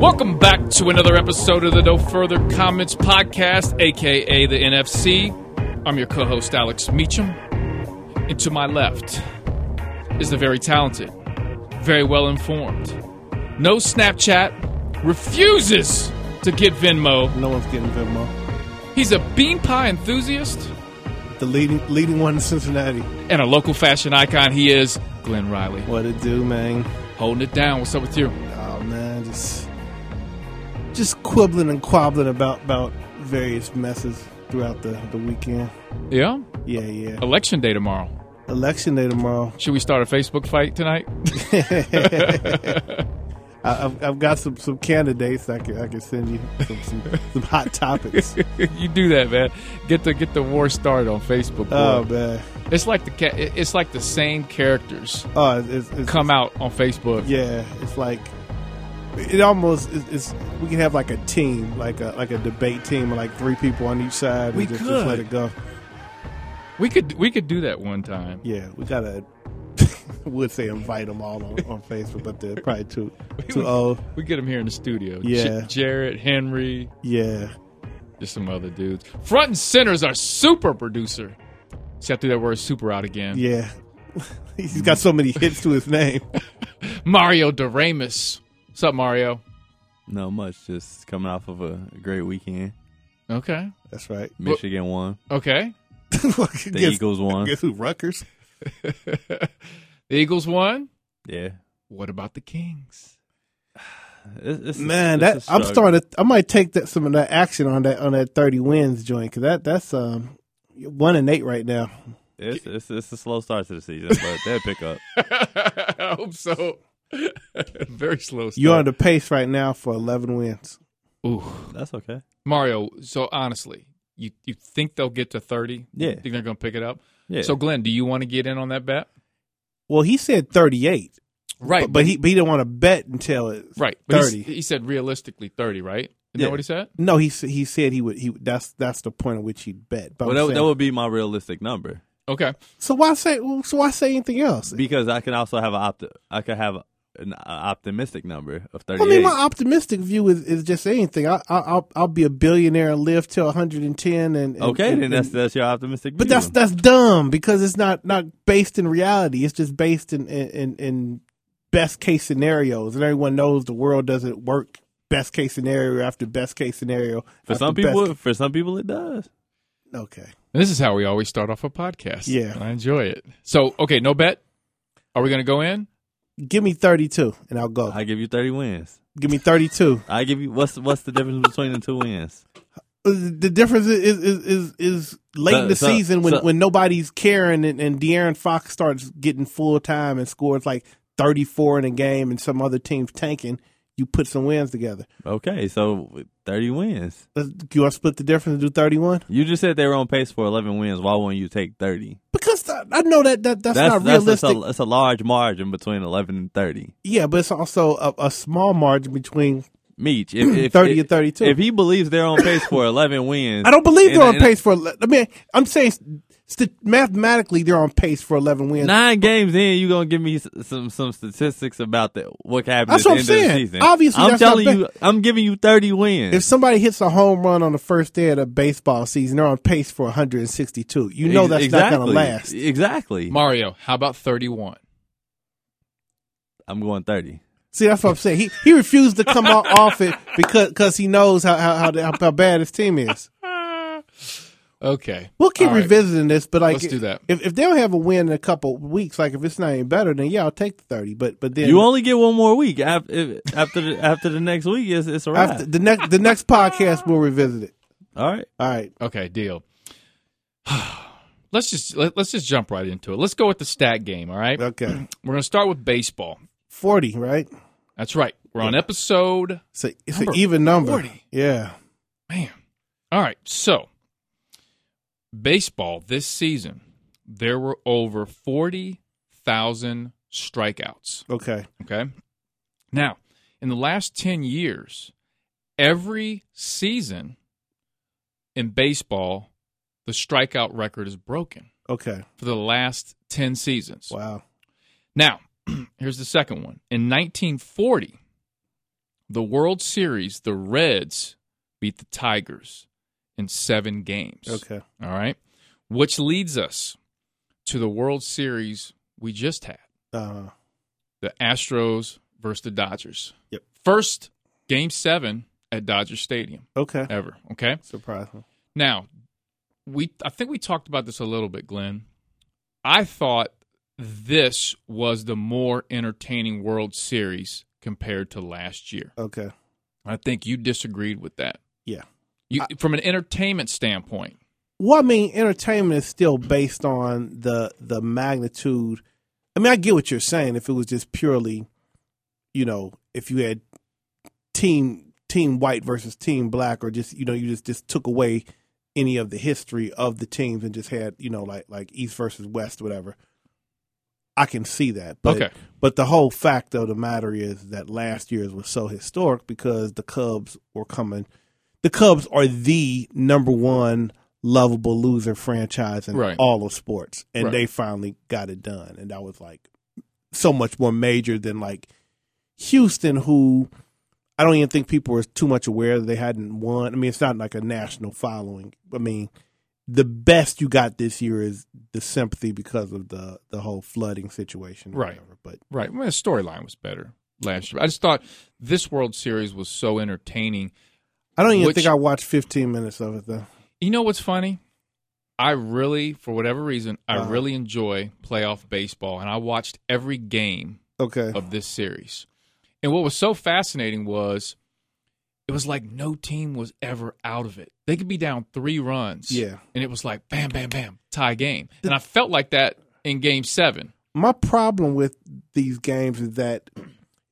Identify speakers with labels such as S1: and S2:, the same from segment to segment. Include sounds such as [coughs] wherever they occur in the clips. S1: Welcome back to another episode of the No Further Comments podcast, aka the NFC. I'm your co host, Alex Meacham. And to my left is the very talented, very well informed, no Snapchat, refuses to get Venmo.
S2: No one's getting Venmo.
S1: He's a bean pie enthusiast
S2: The leading leading one in Cincinnati.
S1: and a local fashion icon. He is Glenn Riley.
S2: What it do, man?
S1: Holding it down. What's up with you?
S2: Oh man, just just quibbling and quabbling about about various messes throughout the the weekend.
S1: Yeah?
S2: Yeah, yeah.
S1: Election day tomorrow.
S2: Election day tomorrow. [laughs]
S1: Should we start a Facebook fight tonight?
S2: I, I've, I've got some some candidates I can I can send you some some, some hot [laughs] topics.
S1: [laughs] you do that, man. Get the get the war started on Facebook. boy.
S2: Oh man.
S1: It's like the ca- it- it's like the same characters
S2: Oh, it's, it's
S1: come out on Facebook.
S2: Yeah, it's like it almost it's, it's we can have like a team, like a like a debate team, with like three people on each side.
S1: We
S2: and just,
S1: could.
S2: just let it go.
S1: We could we could do that one time.
S2: Yeah, we gotta. [laughs] would say invite them all on, on Facebook, but they're probably too
S1: [laughs]
S2: too old.
S1: We get them here in the studio.
S2: Yeah.
S1: Jared Henry,
S2: Yeah,
S1: just some other dudes. Front and center is our super producer. See, I threw that word "super" out again.
S2: yeah. [laughs] He's got so many hits to his name.
S1: Mario Doremus. What's up, Mario?
S3: No much, just coming off of a great weekend.
S1: Okay,
S2: That's right. [laughs]
S3: Michigan won.
S1: okay. [laughs]
S2: the
S3: The Eagles won.
S2: Guess who? Rutgers.
S1: the Eagles won.
S3: Yeah,
S1: What about the Kings? [laughs]
S3: It's- it's a-
S2: Man,
S3: it's a
S2: that I'm
S3: struggle.
S2: starting. To, I might take that some of that action on that on that 30 wins joint because that that's um one and eight right now.
S3: It's, it's it's a slow start to the
S2: [laughs]
S3: season, but they'll pick up.
S1: I hope so. [laughs] Very slow. Start.
S2: You're on the pace right now for 11 wins.
S1: Ooh.
S3: That's okay.
S1: Mario, so honestly, you, you think they'll get to 30?
S3: Yeah.
S1: You think they're going to pick it up?
S3: Yeah.
S1: So, Glenn, do you want to get in on that bet?
S2: Well, he said 38,
S1: Right.
S2: but, but he but he didn't want to bet until it.
S1: right. But
S2: 30.
S1: He, he said realistically 30, right? Isn't
S3: Yeah.
S1: that what he said?
S2: No, he s- he said he would. He would- that's that's the point at which he'd bet. But
S3: well,
S2: I'm
S3: that,
S2: saying-
S3: that would be my realistic number
S1: Okay.
S2: so why say well, so why say anything else?
S3: because I can also have a opt- I could have an uh, optimistic number of
S2: I
S3: thirty-eight.
S2: mean, my optimistic view is, is just anything. I, I I'll I'll be a billionaire and live till 110. And, and-
S3: okay,
S2: and-
S3: then that's
S2: and-
S3: that's your optimistic.
S2: but
S3: view.
S2: that's that's dumb because it's not not based in reality. It's just based in in, in, in best case scenarios, and everyone knows the world doesn't work. Best case scenario after best case scenario.
S3: for some
S2: after best-
S3: people. For some people, it does.
S2: okay.
S1: And this is how we always start off a podcast.
S2: Yeah.
S1: I enjoy it. So, okay, no bet? Are we going to go in?
S2: Give me 32 and I'll go.
S3: I give you thirty wins.
S2: Give me 32.
S3: I give you what's what's the difference between the two wins?
S2: Uh, The difference is is is, is late in the
S3: So- so-
S2: season when,
S3: so-
S2: when nobody's caring and, and De'Aaron Fox starts getting full time and scores like 34 in a game and some other team's tanking. You put some wins together.
S3: Okay, so thirty wins.
S2: Let's, you want to split the difference and do 31?
S3: You just said they were on pace for eleven wins. Why wouldn't you take thirty?
S2: Because I I know that, that that's, not
S3: that's
S2: realistic.
S3: a, that's a large margin between 11 and 30.
S2: yeah, but it's also a, a small margin between [clears throat]
S3: Meach, if, if
S2: 30
S3: if,
S2: and 32.
S3: If he believes they're on pace
S2: [clears throat]
S3: for 11 wins,
S2: I don't believe
S3: and-
S2: they're on
S3: and
S2: pace for. ele- I mean, I'm saying st- mathematically they're on pace for 11 wins.
S3: Nine games in, you gonna give me s- some some statistics about that what happened
S2: That's
S3: at
S2: what
S3: the
S2: I'm
S3: end
S2: saying.
S3: of the season.
S2: Obviously,
S3: I'm
S2: that's not
S3: telling
S2: bad.
S3: you, I'm giving you 30 wins.
S2: If somebody hits a home run on the first day of the baseball season, they're on pace for 162. You know
S3: Ex-
S2: that's
S3: exactly.
S2: not going to last.
S3: Exactly.
S1: Mario, how about 31?
S3: I'm going 30.
S2: See, that's what I'm saying. He he refused to come out off
S3: [laughs]
S2: it because cause he knows how how, how how how bad his team is.
S1: Okay.
S2: We'll keep
S1: All right.
S2: revisiting this, but like
S1: Let's do that.
S2: If if they don't have a win in a couple weeks, like if it's not any better, then yeah, I'll take the 30. But but then
S3: You only get one more week. Af- if- After the, after the next week, it's, it's a wrap.
S2: after the next the next podcast we'll revisit it.
S3: All right.
S2: All right.
S1: Okay, deal. [sighs] let's just let, let's just jump right into it. Let's go with the stat game, all right?
S2: Okay.
S1: We're going to start with baseball.
S2: 40, right?
S1: That's right. We're on episode
S2: It's a, it's
S1: Number
S2: an even number.
S1: 40.
S2: Yeah.
S1: Man. All right. So, baseball this season, there were over 40,000 strikeouts.
S2: Okay.
S1: Okay. Now, in the last 10 years, every season in baseball, the strikeout record is broken
S2: Okay.
S1: for the last 10 seasons.
S2: Wow.
S1: [clears throat] Now, here's the second one. In 1940, the World Series, the Reds beat the Tigers in seven games.
S2: Okay.
S1: All right. Which leads us to the World Series we just had
S2: Uh,
S1: the Astros versus the Dodgers.
S2: Yep.
S1: First game seven at Dodger Stadium
S2: okay.
S1: ever. Okay.
S2: Surprising.
S1: Now, we I think we talked about this a little bit, Glenn. I thought this was the more entertaining World Series compared to last year.
S2: Okay.
S1: I think you disagreed with that.
S2: Yeah.
S1: You, from an entertainment standpoint.
S2: Well, I mean, entertainment is still based on the the magnitude. I mean, I get what you're saying. If it was just purely, you know, if you had team team white versus team black, or just you know, you just just took away any of the history of the teams and just had you know like like East versus West, whatever. I can see that, but
S1: Okay.
S2: but the whole fact of the matter is that last year's was so historic because the Cubs were coming. The Cubs are the number one lovable loser franchise in
S1: Right.
S2: all of sports, and
S1: Right.
S2: they finally got it done, and that was like so much more major than like Houston, who I don't even think people were too much aware that they hadn't won. I mean, it's not like a national following. I mean, the best you got this year is the sympathy because of the the whole flooding situation, or
S1: Right.
S2: Whatever. But
S1: Right. Well, the storyline was better last year. I just thought this World Series was so entertaining.
S2: I don't even
S1: Which-
S2: think I watched 15 minutes of it though.
S1: You know what's funny? I really, for whatever reason, I
S2: Uh-huh.
S1: really enjoy playoff baseball, and I watched every game
S2: Okay,
S1: of this series. And what was so fascinating was it was like no team was ever out of it. They could be down three runs.
S2: Yeah.
S1: And it was like bam, bam, bam, tie game. And I felt like that in game seven.
S2: my problem with these games is that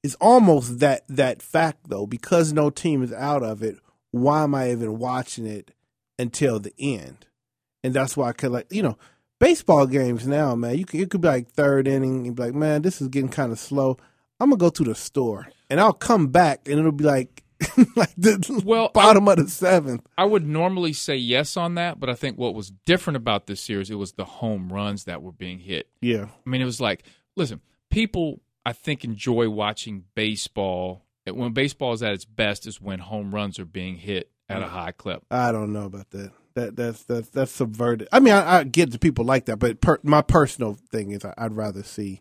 S2: it's almost that that fact though because no team is out of it. Why am I even watching it until the end? And that's why I could like you know baseball games now, man. You could, it could be like third inning and be like, man, this is getting kind of slow. I'm gonna go to the store and I'll come back and it'll be like [laughs] like the
S1: Well, I-
S2: bottom of the seventh.
S1: I would normally say yes on that, but I think what was different about this series, it was the home runs that were being hit.
S2: Yeah,
S1: I mean, it was like, listen, people, I think, enjoy watching baseball. When baseball is at its best, is when home runs are being hit at a high clip.
S2: I don't know about that. That that's that's that's subverted. I mean, I, I get the people like that, but per, my personal thing is I, I'd rather see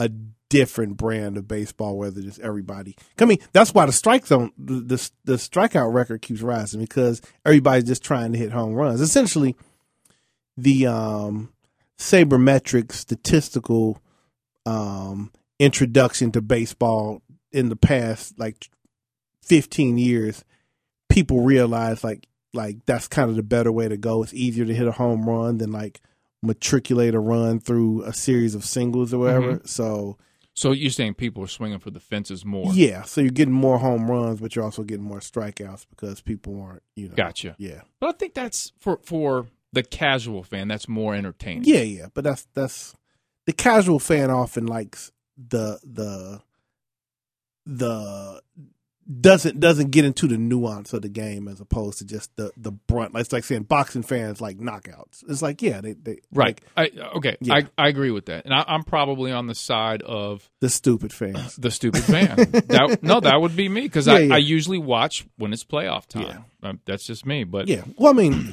S2: a different brand of baseball, whether just everybody. I mean, that's why the strike zone, the, the the strikeout record keeps rising because everybody's just trying to hit home runs. Essentially, the um, sabermetric statistical um, introduction to baseball in the past like 15 years people realize like like that's kind of the better way to go it's easier to hit a home run than like matriculate a run through a series of singles or whatever so
S1: So you're saying people are swinging for the fences more?
S2: yeah so you're getting more home runs but you're also getting more strikeouts because people aren't you know
S1: Gotcha.
S2: yeah
S1: But I think that's for for the casual fan. That's more entertaining.
S2: Yeah, yeah, but that's that's the casual fan often likes the the the doesn't doesn't get into the nuance of the game as opposed to just the the brunt. Like, It's like saying boxing fans like knockouts. It's like yeah, they they
S1: Right.
S2: like
S1: I, okay.
S2: Yeah.
S1: I, I agree with that, and I, I'm probably on the side of
S2: the stupid fans.
S1: the stupid fan. [laughs] that, no, that would be me because I,
S2: Yeah, yeah.
S1: I usually watch when it's playoff time. Um, that's just me. But
S2: Yeah. Well, I mean,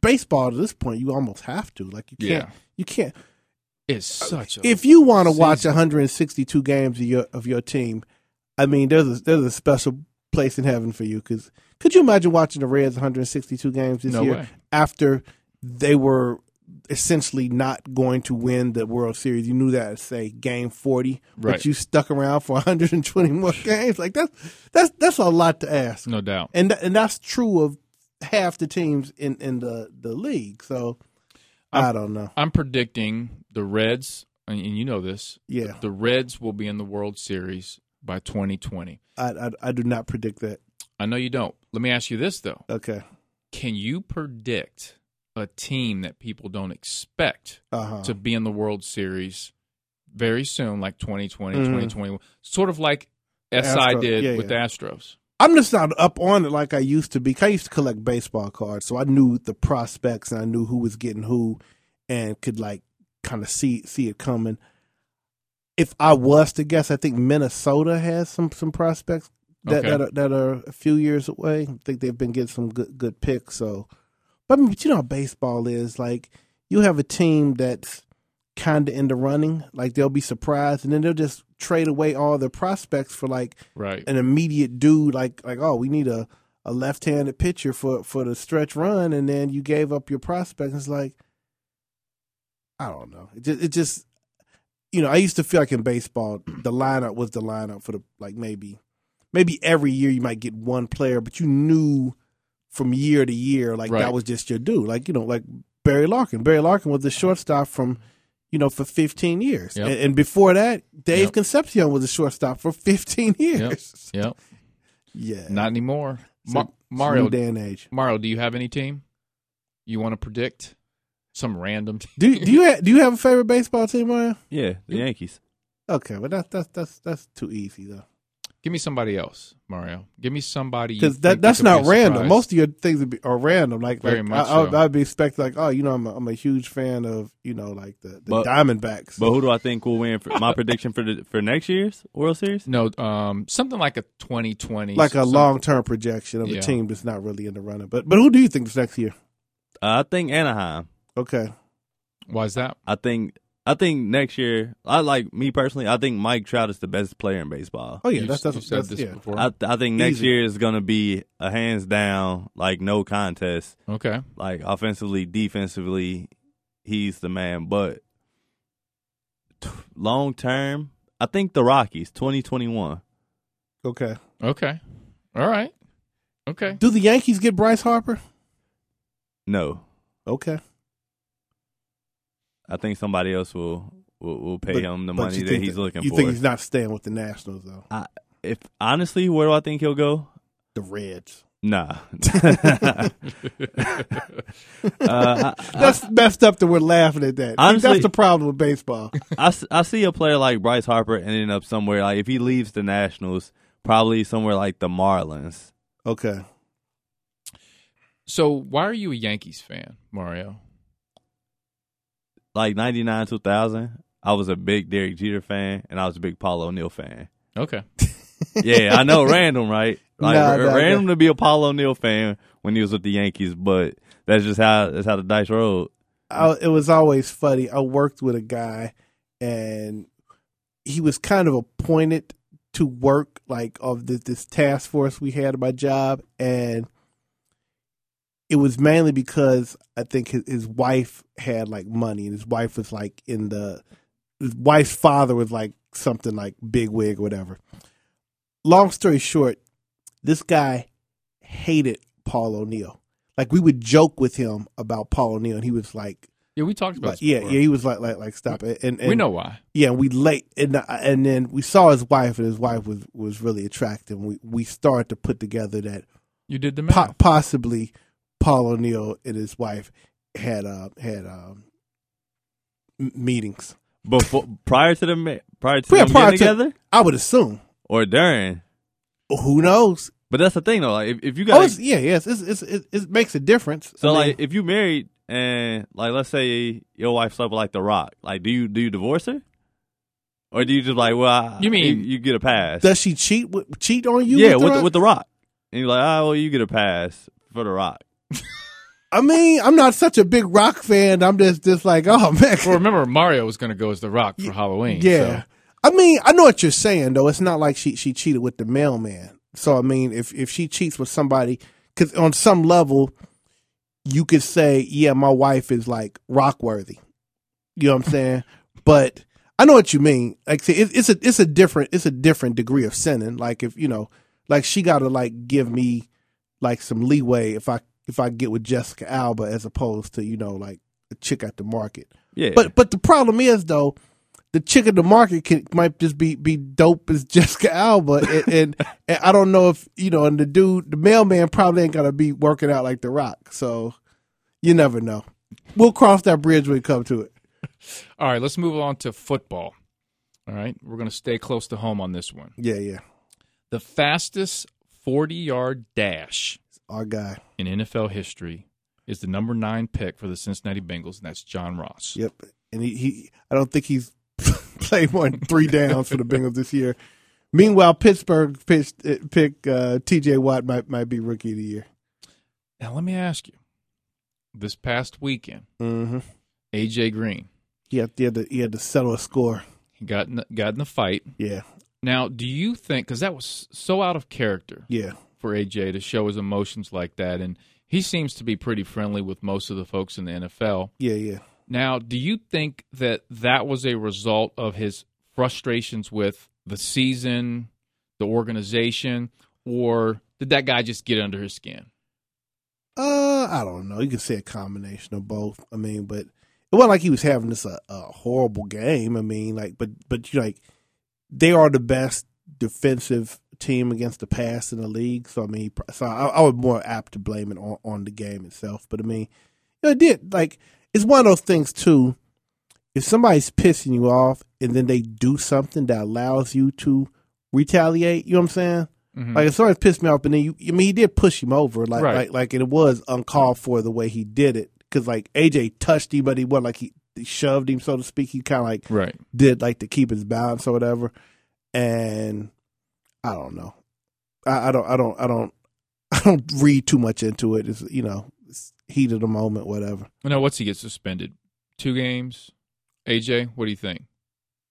S2: baseball at this point you almost have to like you can't
S1: Yeah.
S2: you can't
S1: it's such a
S2: if you want to watch
S1: season.
S2: 162 games of your of your team, I mean, there's a, there's a special place in heaven for you. Because could you imagine watching the Reds 162 games this
S1: No
S2: year
S1: way.
S2: after they were essentially not going to win the World Series? You knew that at say game 40,
S1: Right.
S2: but you stuck around for [laughs] 120 more games. Like that's that's that's a lot to ask,
S1: no doubt.
S2: and th- and that's true of half the teams in in the the league. So. I don't know.
S1: I'm predicting the Reds, and and you know this.
S2: Yeah.
S1: The Reds will be in the World Series by 2020.
S2: I, I I do not predict that.
S1: I know you don't. Let me ask you this though:
S2: Okay.
S1: Can you predict a team that people don't expect
S2: Uh-huh.
S1: to be in the World Series very soon, like 2020,
S2: Mhm.
S1: 2021, sort of like SI
S2: Astro-
S1: did
S2: yeah,
S1: with
S2: yeah.
S1: the Astros?
S2: I'm just not up on it like I used to be. 'cause I used to collect baseball cards, so I knew the prospects and I knew who was getting who, and could like kind of see see it coming. If I was to guess, I think Minnesota has some some prospects that
S1: Okay.
S2: that, are, that are a few years away. I think they've been getting some good good picks. So, but, I mean, but you know how baseball is. Like you have a team that's kind of in the running. Like they'll be surprised, and then they'll just trade away all their prospects for like
S1: Right.
S2: an immediate dude. Like like oh, we need a, a left handed pitcher for for the stretch run, and then you gave up your prospect. It's like I don't know. It just, it just you know I used to feel like in baseball the lineup was the lineup for the like maybe maybe every year you might get one player, but you knew from year to year like
S1: Right.
S2: that was just your dude. Like you know like Barry Larkin. Barry Larkin was the shortstop from you know for 15 years,
S1: Yep.
S2: and, and before that Dave
S1: Yep.
S2: Concepcion was a shortstop for 15 years.
S1: Yep.
S2: Yeah,
S1: Not anymore.
S2: It's
S1: Ma-
S2: a- it's a
S1: Mario,
S2: new day and age.
S1: Mario, do you have any team you want to predict? Some random team.
S2: Do do you ha- do you have a favorite baseball team, Mario?
S3: Yeah, the Yankees.
S2: Okay, but that's that's that's that's too easy though,
S1: Give me somebody else, Mario. Give me somebody you
S2: because
S1: think
S2: that that's
S1: could be a
S2: not random.
S1: surprise.
S2: Most of your things would be, are random. Like,
S1: Very
S2: like,
S1: much
S2: I, I,
S1: so.
S2: I'd be expecting like, oh, you know, I'm a, I'm a huge fan of you know like the, the
S3: But-
S2: Diamondbacks.
S3: But who do I think will win? For, my prediction for the, for next year's World Series?
S1: no, um, something like a 2020,
S2: like a
S1: some-
S2: long term projection of
S1: Yeah.
S2: a team that's not really in the running, but but who do you think is next year?
S3: Uh, I think Anaheim.
S2: Okay,
S1: Why is that?
S3: I think I think next year. I like me personally. I think Mike Trout is the best player in baseball.
S2: oh yeah,
S1: You-
S2: that's
S1: you
S2: that's,
S1: said
S2: that's
S1: this
S2: yeah.
S1: before.
S3: I I think next
S2: Easy.
S3: year is gonna be a hands down like no contest.
S1: okay,
S3: Like offensively, defensively, he's the man. But long term, I think the Rockies twenty twenty one.
S2: Okay,
S1: okay, all right,
S2: [laughs]
S1: okay. [laughs]
S2: do the Yankees get Bryce Harper?
S3: No,
S2: Okay,
S3: I think somebody else will will, will pay
S2: But-
S3: him the
S2: but
S3: money
S2: you
S3: that
S2: think
S3: he's looking
S2: you
S3: for.
S2: think he's not staying with the Nationals though?
S3: if honestly, where do I think he'll go?
S2: The Reds.
S3: Nah. [laughs] uh, I, I,
S2: That's messed up that we're laughing at that.
S3: Honestly-
S2: that's the problem with baseball.
S3: I s- I see a player like Bryce Harper ending up somewhere like if he leaves the Nationals, probably somewhere like the Marlins.
S2: Okay.
S1: So, why are you a Yankees fan, Mario?
S3: Like ninety nine two thousand, I was a big Derek Jeter fan and I was a big Paul O'Neill fan.
S1: Okay,
S3: Yeah, I know [laughs] random, right? Like
S2: Nah,
S3: r-
S2: nah,
S3: random to be a Paul O'Neill fan when he was with the Yankees, but that's just how that's how the dice rolled.
S2: I, it was always funny. I worked with a guy and he was kind of appointed to work like of this, this task force we had at my job and it was mainly because I think his, his wife had like money and his wife was like in the his wife's father was like something like big wig or whatever. Long story short, this guy hated Paul O'Neill. Like we would joke with him about Paul O'Neill, and he was like,
S1: yeah, we talked about
S2: like,
S1: this
S2: "Yeah,
S1: before.
S2: yeah." He was like, "Like, like, stop it." And, and
S1: we know why.
S2: yeah, we late, and uh, and then we saw his wife, and his wife was was really attractive. We we started to put together that
S1: You did the math.
S2: po- possibly Paul O'Neill and his wife had uh had um m- meetings.
S3: Before prior to the ma- prior to
S2: Yeah,
S3: them
S2: prior
S3: getting
S2: to-
S3: together
S2: I would assume.
S3: or during.
S2: Who knows?
S3: But that's the thing though. Like if, if you
S2: Oh,
S3: got
S2: it's, yeah, yes, it's, it's, it, it makes a difference.
S3: So
S2: I mean,
S3: like, if you married and like, let's say your wife slept with like The Rock, like, do you do you divorce her, or do you just like, well, I-
S1: You mean-
S3: you, you get a pass?
S2: does she cheat with, cheat on you?
S3: yeah,
S2: with, the rock?
S3: with the Rock, and you're like, oh, well, you get a pass for The Rock.
S2: I mean, I'm not such a big rock fan. I'm just just like, oh man,
S1: Well, remember Mario was going to go as the Rock for Halloween.
S2: yeah.
S1: so-
S2: I mean, I know what you're saying though. It's not like she she cheated with the mailman. So I mean, if if she cheats with somebody, because on some level, you could say, yeah, my wife is like rock worthy. You know what I'm saying? but I know what you mean. Like, see, it, it's a it's a different it's a different degree of sinning. Like if you know, like she got to like give me like some leeway if I if I get with Jessica Alba as opposed to you know like a chick at the market.
S3: Yeah,
S2: But but the problem is though, the chick at the market can, might just be be dope as [laughs] Jessica Alba, and, and and I don't know if you know, and the dude, the mailman probably ain't gonna be working out like The Rock, so you never know. We'll cross that bridge when we come to it.
S1: All right, let's move on to football. All right, we're going to stay close to home on this one.
S2: Yeah, yeah,
S1: The fastest 40 yard dash
S2: our guy.
S1: in NFL history is the number nine pick for the Cincinnati Bengals, and that's John Ross.
S2: Yep, [laughs] and he, he I don't think he's played more than three downs for the Bengals this year. Meanwhile, Pittsburgh pitched, uh, pick uh, T.J. Watt might might be rookie of the year.
S1: Now let me ask you: This past weekend,
S2: Mm-hmm.
S1: AJ Green
S2: He had, he had to he had to settle a score.
S1: he got in, got in the fight.
S2: Yeah,
S1: Now, do you think because that was so out of character
S2: yeah,
S1: for AJ to show his emotions like that, and he seems to be pretty friendly with most of the folks in the NFL.
S2: yeah, yeah.
S1: Now, do you think that that was a result of his frustrations with the season, the organization, or did that guy just get under his skin?
S2: Uh, I don't know. You could say a combination of both. I mean, but it wasn't like he was having this a, a horrible game. I mean, like, but but you know, like they are the best defensive team against the pass in the league. So I mean, he pro- so I, I was more apt to blame it on on the game itself. But I mean, you know, it did like it's one of those things too. If somebody's pissing you off and then they do something that allows you to retaliate, you know what I'm saying?
S1: Mhm.
S2: Like it sort of pissed me off, and then you, I mean, he did push him over, like,
S1: Right.
S2: like, like, and it was uncalled for the way he did it, because like AJ touched him, but he wasn't like he, he shoved him, so to speak. He kind of like
S1: Right.
S2: did like to keep his balance or whatever, and I don't know, I, I don't, I don't, I don't, [laughs] I don't read too much into it. It's you know, it's heat of the moment, whatever.
S1: Now, what's he get suspended? Two games. AJ, what do you think?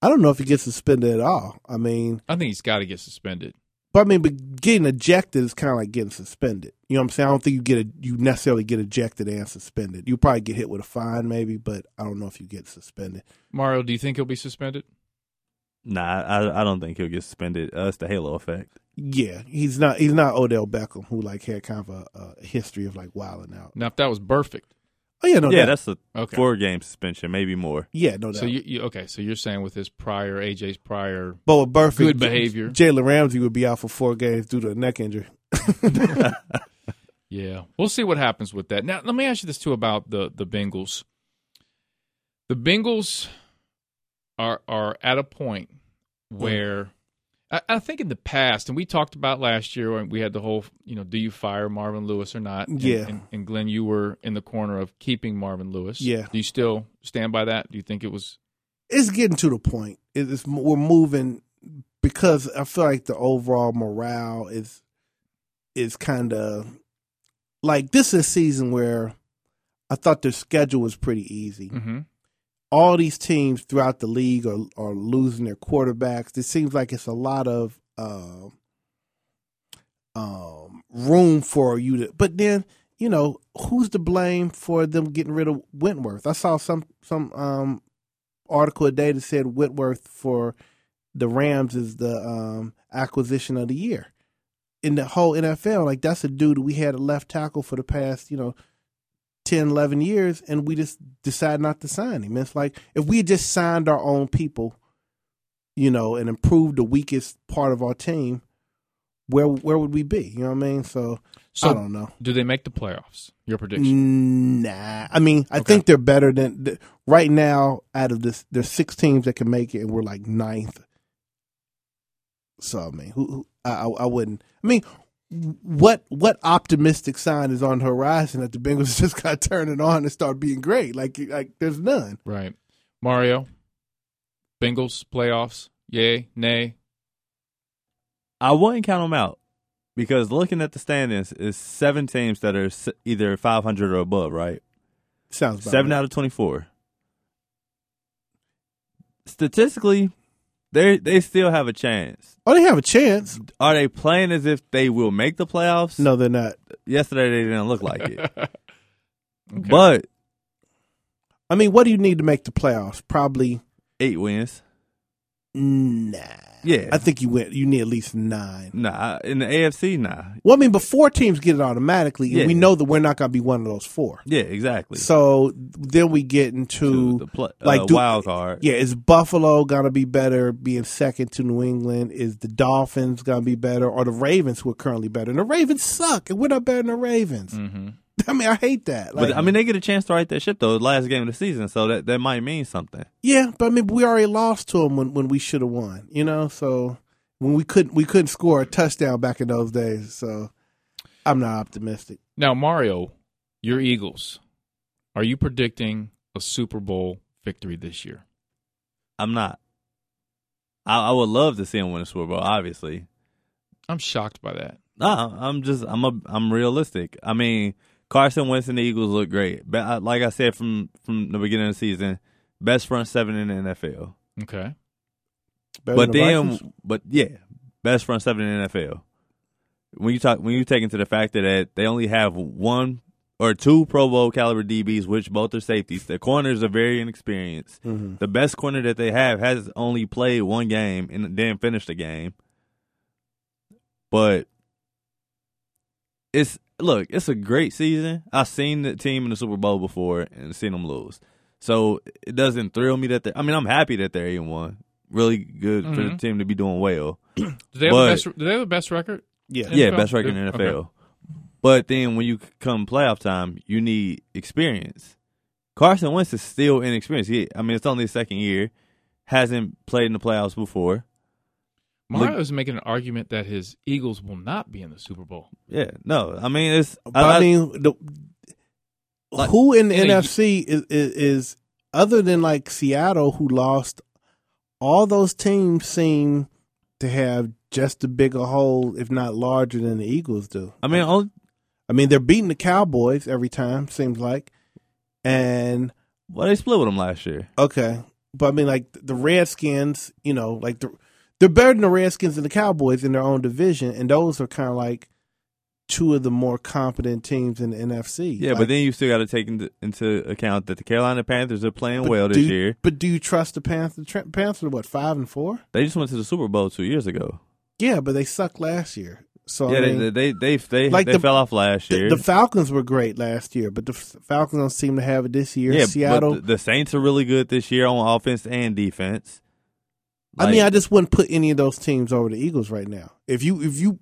S2: I don't know if he gets suspended at all. I mean,
S1: I think he's got to get suspended.
S2: But I mean, but getting ejected is kind of like getting suspended. You know what I'm saying? I don't think you get a, you necessarily get ejected and suspended. You probably get hit with a fine, maybe, but I don't know if you get suspended.
S1: Mario, do you think he'll be suspended?
S3: Nah, I, I don't think he'll get suspended. Uh, it's the halo effect.
S2: Yeah, he's not he's not Odell Beckham who like had kind of a, a history of like wilding out.
S1: Now, if that was perfect,
S2: Oh yeah, no,
S3: yeah,
S2: doubt.
S3: that's a
S1: okay.
S3: four game suspension, maybe more.
S2: yeah, no doubt.
S1: so you, you okay? So you're saying with his prior AJ's prior,
S2: but with Burfict,
S1: Good behavior.
S2: Jalen Ramsey would be out for four games due to a neck injury.
S1: yeah. We'll see what happens with that. Now, let me ask you this too about the the Bengals. The Bengals are are at a point
S2: Mm.
S1: where I, I think in the past, and we talked about last year when we had the whole, you know, do you fire Marvin Lewis or not? And-
S2: Yeah.
S1: And, and Glenn, you were in the corner of keeping Marvin Lewis.
S2: Yeah.
S1: Do you still stand by that? Do you think it was
S2: it's getting to the point. It- It's we're moving because I feel like the overall morale is is kind of like this is a season where I thought their schedule was pretty easy.
S1: mm-hmm.
S2: All these teams throughout the league are are losing their quarterbacks. It seems like it's a lot of uh, um room for you to. But then you know who's to blame for them getting rid of Wentworth? I saw some some um article today that said Whitworth for the Rams is the um, acquisition of the year in the whole NFL. Like that's a dude we had a left tackle for the past you know 10, 11 years, and we just decided not to sign him. It's like if we had just signed our own people, you know, and improved the weakest part of our team. Where where would we be? You know what I mean? So, I
S1: So
S2: don't know.
S1: do they make the playoffs? Your prediction.
S2: Nah, I mean, I
S1: Okay.
S2: think they're better than th- right now. Out of this, there's six teams that can make it, and we're like ninth. So I mean, who, who I, I I wouldn't. I mean, what what optimistic sign is on the horizon that the Bengals [laughs] just got to turn it on and start being great? Like like there's none.
S1: Right. Mario, Bengals, playoffs, yay, nay.
S3: I wouldn't count them out because looking at the standings, is seven teams that are s- either 500 or above, right?
S2: Sounds about
S3: Seven
S2: right.
S3: out of 24. Statistically, they they still have a chance.
S2: Oh, they have a chance.
S3: Are they playing as if they will make the playoffs?
S2: No, they're not.
S3: Yesterday they didn't
S2: [laughs]
S3: look like it.
S1: Okay.
S3: But
S2: I mean, what do you need to make the playoffs? Probably
S3: eight wins.
S2: nah.
S3: Yeah.
S2: I think you went. You need at least nine.
S3: Nah, in the AFC, nah.
S2: Well, I mean, but four teams get it automatically, and
S3: Yeah.
S2: we know that we're not going to be one of those four.
S3: Yeah, exactly.
S2: So then we get into
S3: To the pl-
S2: like,
S3: uh,
S2: do-
S3: wild card.
S2: yeah, is Buffalo going to be better being second to New England? Is the Dolphins going to be better, or the Ravens who are currently better? And the Ravens suck, and we're not better than the Ravens.
S1: hmm
S2: [laughs] I mean, I hate that. Like,
S3: Mm. but I mean, they get a chance to write that shit though. Last game of the season, so that that might mean something.
S2: yeah, but I mean, we already lost to them when, when we should have won. You know, so when we couldn't we couldn't score a touchdown back in those days. So I'm not optimistic.
S1: Now, Mario, your Eagles, are you predicting a Super Bowl victory this year?
S3: I'm not. I, I would love to see him win a Super Bowl. Obviously,
S1: I'm shocked by that.
S3: nah, I'm just I'm a I'm realistic. I mean, Carson Wentz and the Eagles look great. But I, like I said from from the beginning of the season, best front seven in the NFL.
S1: Okay.
S2: Better than
S3: but
S2: the
S3: then,
S2: Vikings?
S3: but yeah, best front seven in the NFL. When you talk, when you take into the fact that they only have one or two Pro Bowl caliber DBs, which both are safeties. The corners are very inexperienced.
S2: Mhm.
S3: The best corner that they have has only played one game and then finished the game. But it's look, it's a great season. I've seen the team in the Super Bowl before and seen them lose. So it doesn't thrill me that they're I mean, I'm happy that they're eight and one. Really good for the
S1: Mhm.
S3: team to be doing well.
S1: Do they have
S3: But-
S1: the best? Do they have the best record?
S2: yeah,
S1: Yeah.
S3: Yeah,
S1: NFL?
S3: best record in
S1: Yeah,
S3: the
S1: okay.
S3: NFL. But then when you come playoff time, you need experience. Carson Wentz is still inexperienced. He, I mean, it's only his second year. Hasn't played in the playoffs before.
S1: Mario is making an argument that his Eagles will not be in the Super Bowl.
S3: Yeah, no. I mean, it's I-
S2: But I, mean, the,
S3: Like-
S2: who in the
S1: Yeah, you-
S2: NFC is, is, is other than like Seattle, who lost all those teams, seem to have just a bigger hole, if not larger, than the Eagles do.
S3: I mean, oh, only,
S2: I mean, they're beating the Cowboys every time, seems like, and
S3: well, they split with them last year.
S2: Okay, but I mean, like the Redskins, you know, like the, they're better than the Redskins and the Cowboys in their own division, and those are kind of like two of the more competent teams in the NFC.
S3: Yeah,
S2: Like,
S3: but then you still got to take into, into account that the Carolina Panthers are playing
S2: but
S3: well
S2: do
S3: this
S2: you-
S3: year.
S2: But do you trust the Panthers? Tr- Panthers are what five and four?
S3: They just went to the Super Bowl two years ago.
S2: Yeah, but they sucked last year. So
S3: yeah,
S2: I mean,
S3: they they they they,
S2: Oh, like
S3: they
S2: the-
S3: fell off last
S2: the,
S3: year.
S2: the Falcons were great last year, but the F- Falcons don't seem to have it this year.
S3: yeah,
S2: Seattle.
S3: But the, the Saints are really good this year on offense and defense.
S2: I mean,
S3: Like-
S2: I just wouldn't put any of those teams over the Eagles right now. If you if you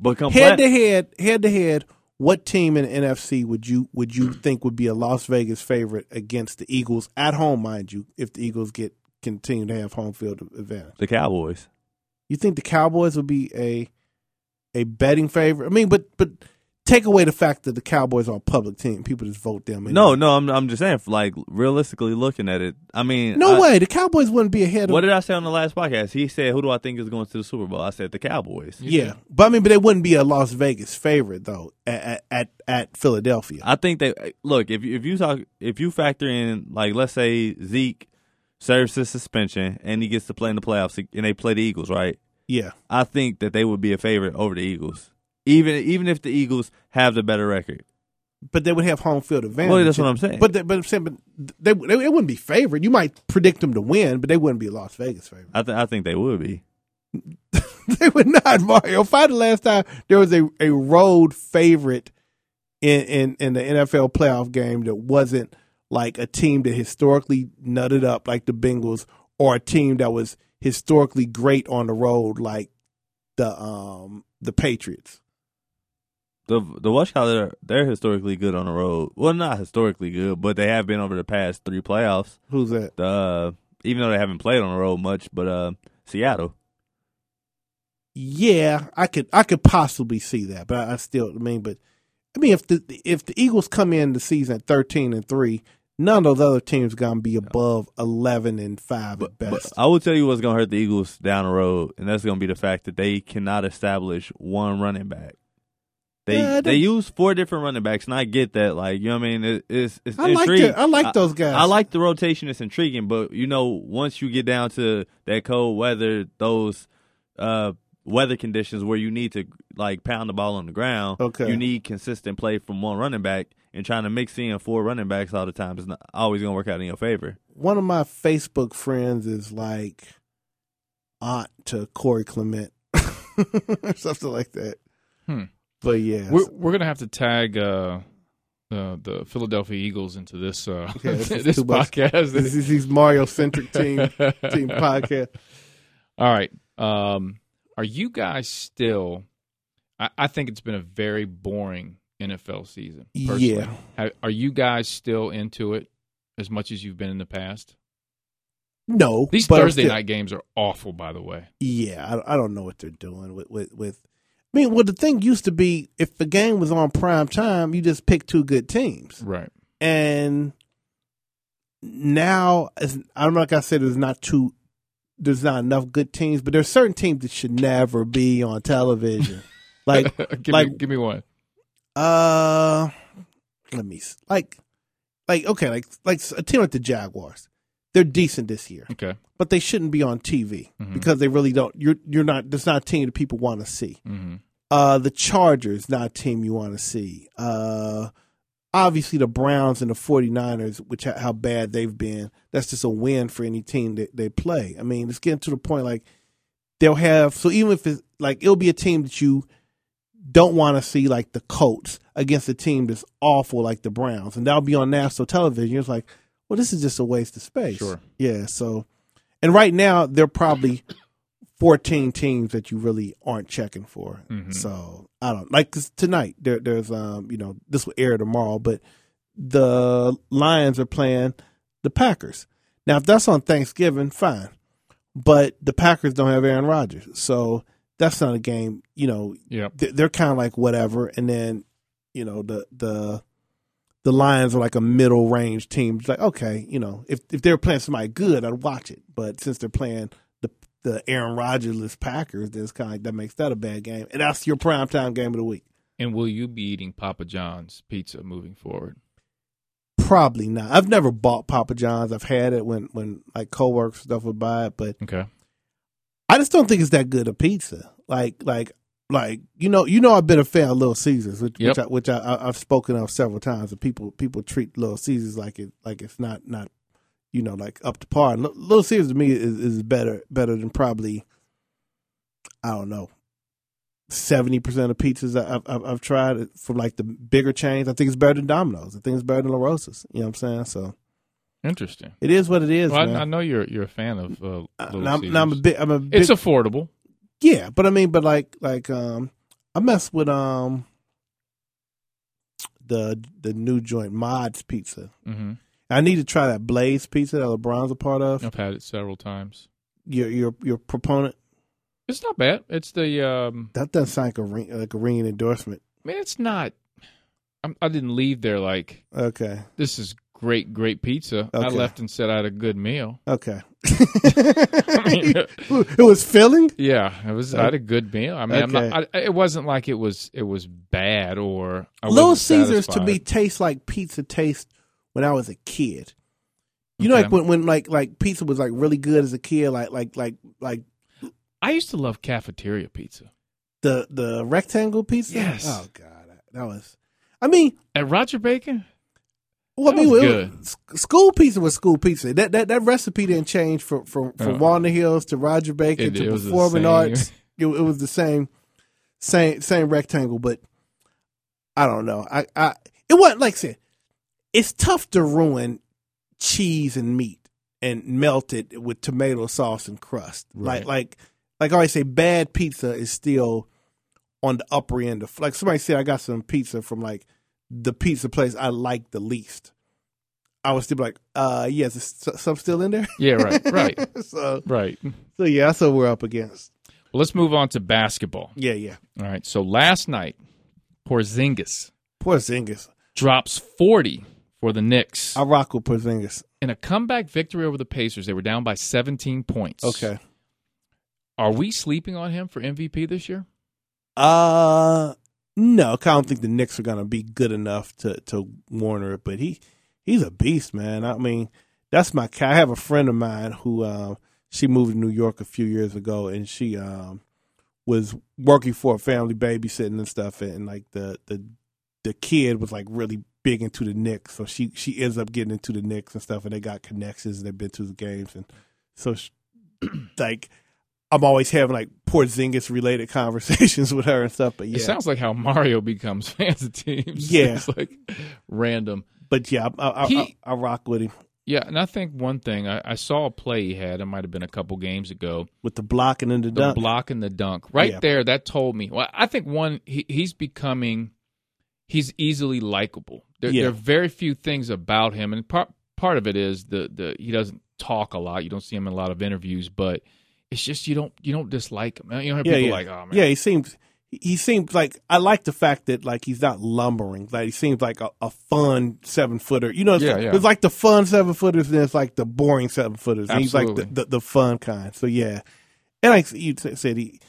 S3: But come
S2: head
S3: plat-
S2: to head, head to head, what team in the NFC would you would you think would be a Las Vegas favorite against the Eagles at home, mind you, if the Eagles get continue to have home field advantage?
S3: the Cowboys.
S2: You think the Cowboys would be a a betting favorite? I mean, but but take away the fact that the Cowboys are a public team; people just vote them. in.
S3: No, no, I'm I'm just saying, like realistically looking at it, I mean,
S2: no
S3: I-
S2: way. The Cowboys wouldn't be ahead.
S3: What
S2: of
S3: did I say on the last podcast? He said, "Who do I think is going to the Super Bowl?" I said the Cowboys.
S2: yeah, but I mean, but they wouldn't be a Las Vegas favorite though at at at, at Philadelphia.
S3: I think they look if you, if you talk if you factor in like let's say Zeke serves his suspension and he gets to play in the playoffs and they play the Eagles, right?
S2: yeah,
S3: I think that they would be a favorite over the Eagles, even even if the Eagles have the better record.
S2: but they would have home field advantage.
S3: Well, that's what I'm saying.
S2: But they, but I'm saying, but they, they it wouldn't be favored. You might predict them to win, but they wouldn't be a Las Vegas favorite. [laughs]
S3: I th- I think they would be.
S2: they would not, Mario. Find the last time there was a, a road favorite in, in in the NFL playoff game that wasn't like a team that historically nutted up like the Bengals or a team that was historically great on the road like the um the Patriots.
S3: The the Watch Collar they're historically good on the road. Well, not historically good, but they have been over the past three playoffs.
S2: Who's that?
S3: The uh, even though they haven't played on the road much, but uh, Seattle.
S2: yeah, I could I could possibly see that, but I, I still I mean, but I mean if the if the Eagles come in the season at thirteen and three, none of those other teams gonna be above eleven and five at
S3: But
S2: best.
S3: I will tell you what's gonna hurt the Eagles down the road, and that's gonna be the fact that they cannot establish one running back. They
S2: Yeah, I
S3: they
S2: don't-
S3: use four different running backs, and I get that. Like you know, what I mean, it, it's it's
S2: I like
S3: intriguing.
S2: the, I like those guys.
S3: I like the rotation. It's intriguing, but you know, once you get down to that cold weather, those uh, weather conditions where you need to like pound the ball on the ground,
S2: Okay.
S3: you need consistent play from one running back. And trying to mix in four running backs all the time is not always going to work out in your favor.
S2: one of my Facebook friends is like aunt to Corey Clement [laughs] or something like that.
S1: Hmm.
S2: But yeah.
S1: We're we're gonna have to tag uh, uh, the Philadelphia Eagles into this uh,
S2: Okay, this
S1: [laughs]
S2: is
S1: this
S2: too much.
S1: podcast.
S2: this is these Mario centric
S1: [laughs]
S2: team team podcast.
S1: All right. Um, are you guys still? I, I think it's been a very boring NFL season. Personally.
S2: Yeah.
S1: Ha- are you guys still into it as much as you've been in the past?
S2: No.
S1: These
S2: but I'm
S1: Thursday
S2: still-
S1: night games are awful, by the way.
S2: Yeah, I, I don't know what they're doing with with with. I mean, well, the thing used to be if the game was on prime time, you just pick two good teams,
S1: Right.
S2: and now as I'm like I said, there's not two there's not enough good teams, but there's certain teams that should never be on television.
S1: [laughs]
S2: like
S1: give me,
S2: like-
S1: give me one.
S2: uh let me s- like like okay, like like a team like the Jaguars. They're decent this year,
S1: Okay.
S2: but they shouldn't be on TV
S1: Mhm.
S2: because they really don't you're you're not that's not a team that people want to see.
S1: Mm-hmm.
S2: Uh the Chargers not a team you want to see. Uh obviously the Browns and the 49ers, which ha- how bad they've been, that's just a win for any team that they play. I mean, it's getting to the point like they'll have so even if it's like it'll be a team that you don't want to see like the Colts against a team that's awful like the Browns, and that'll be on national television. It's like, well, this is just a waste of space.
S1: Sure.
S2: Yeah. So, and right now there are probably fourteen teams that you really aren't checking for.
S1: Mhm.
S2: So I don't like 'cause tonight. There, there's um, you know, this will air tomorrow, but the Lions are playing the Packers. Now, if that's on Thanksgiving, fine. But the Packers don't have Aaron Rodgers, so that's not a game. You know,
S1: Yeah.
S2: th- they're kind of like whatever. And then you know the the the Lions are like a middle range team. It's like okay, you know, if if they were playing somebody good, I'd watch it. But since they're playing the the Aaron Rodgers Packers, then it's kind of like that makes that a bad game, and that's your prime time game of the week.
S1: And will you be eating Papa John's pizza moving forward?
S2: Probably not. I've never bought Papa John's. I've had it when when like coworkers and stuff would buy it, but
S1: Okay.
S2: I just don't think it's that good a pizza. Like like like you know you know I've been a fan of Little Caesars, which
S1: Yep.
S2: which, I, which I, I, I've spoken of several times. And people people treat Little Caesars like it like it's not not you know like up to par. And Li- Little Caesars to me is, is better better than probably I don't know. Seventy percent of pizzas I- I've, I've I've tried from like the bigger chains. I think it's better than Domino's. I think it's better than La Rosa's. You know what I'm saying? So
S1: Interesting.
S2: it is what it is,
S1: Well, I, I
S2: man.
S1: know you're you're a fan of uh,
S2: I,
S1: Little
S2: am I'm a
S1: Caesars.
S2: big I'm a big
S1: It's affordable.
S2: Yeah, but I mean, but like, like, um, I mess with um the the new joint Mods Pizza.
S1: Mm-hmm.
S2: I need to try that Blaze Pizza that LeBron's a part of.
S1: I've had it several times.
S2: Your your your proponent.
S1: It's not bad. It's the um.
S2: That doesn't sound like a ring, like a ringing endorsement.
S1: I mean, it's not. I'm, I didn't leave there like
S2: Okay,
S1: this is great, great pizza. I
S2: Okay.
S1: left and said I had a good meal. [laughs]
S2: okay.
S1: mean-
S2: [laughs] it was filling.
S1: Yeah, it was. I had a good meal. I mean, I'm not, I, it wasn't like it was it was bad or I
S2: Little
S1: wasn't
S2: Caesars to me
S1: satisfied.
S2: tastes like pizza taste when I was a kid. You know,
S1: Okay.
S2: like when, when like like pizza was like really good as a kid, like like like like
S1: I used to love cafeteria pizza
S2: The the rectangle pizza.
S1: Yes.
S2: Oh God, that was. I mean,
S1: at Roger Bacon.
S2: well,
S1: That
S2: I mean,
S1: was
S2: it was- s- school pizza was school pizza. That that, that recipe didn't change from from from
S1: Uh-uh.
S2: Walnut Hills to Roger Bacon
S1: It-
S2: to
S1: it was the
S2: performing
S1: same.
S2: arts. It, it was the same, same same rectangle, but I don't know. I I it wasn't like I said. It's tough to ruin cheese and meat and melt it with tomato sauce and crust.
S1: Right.
S2: Like like like I always say, bad pizza is still on the upper end of like somebody said I got some pizza from like the pizza place I like the least. I was still be like, uh, yes, is s- some still in there.
S1: [laughs]
S2: [laughs]
S1: Yeah, right, right,
S2: so,
S1: right. Well,
S2: so yeah, that's what we're up against.
S1: let's move on to basketball.
S2: Yeah, yeah.
S1: All right. So last night, Porzingis
S2: Porzingis,
S1: drops 40 for the Knicks
S2: I rock with Porzingis.
S1: in a comeback victory over the Pacers. They were down by 17 points.
S2: Okay.
S1: Are we sleeping on him for MVP this year?
S2: Uh, no, 'cause I don't think the Knicks are gonna be good enough to to Warner it, but he he's a beast, man. I mean, that's my cat. I have a friend of mine who um she moved to New York a few years ago, and she um was working for a family babysitting and stuff, and, like the the the kid was like really big into the Knicks, so she she ends up getting into the Knicks and stuff, and they got connections and they've been to the games, and so she, [clears throat] like. I'm always having like Porzingis related [laughs] conversations with her and stuff, but yeah,
S1: It sounds like how Mario becomes [laughs] fans of teams.
S2: Yeah.
S1: It's like random.
S2: but yeah, I, I,
S1: He-
S2: I, I rock with him
S1: Yeah, and I think one thing I, I saw a play he had. It might have been a couple games ago.
S2: with the block and then the
S1: The
S2: dunk.
S1: block and the dunk, right
S2: Yeah.
S1: there. That told me. Well, I think one he, he's becoming. He's easily likable. There,
S2: Yeah.
S1: there are very few things about him, and part part of it is the the he doesn't talk a lot. You don't see him in a lot of interviews, but it's just you don't you don't dislike him. You know, how
S2: Yeah,
S1: people
S2: yeah.
S1: like oh man,
S2: yeah, he seems he- he seems like I like the fact that like he's not lumbering. Like he seems like a, a fun seven footer. You know, it's,
S1: Yeah,
S2: like,
S1: yeah.
S2: it's like the fun seven footers, and it's like the boring seven footers. And he's like the,
S1: Absolutely.
S2: the, the fun kind. So yeah, and like you t- said, he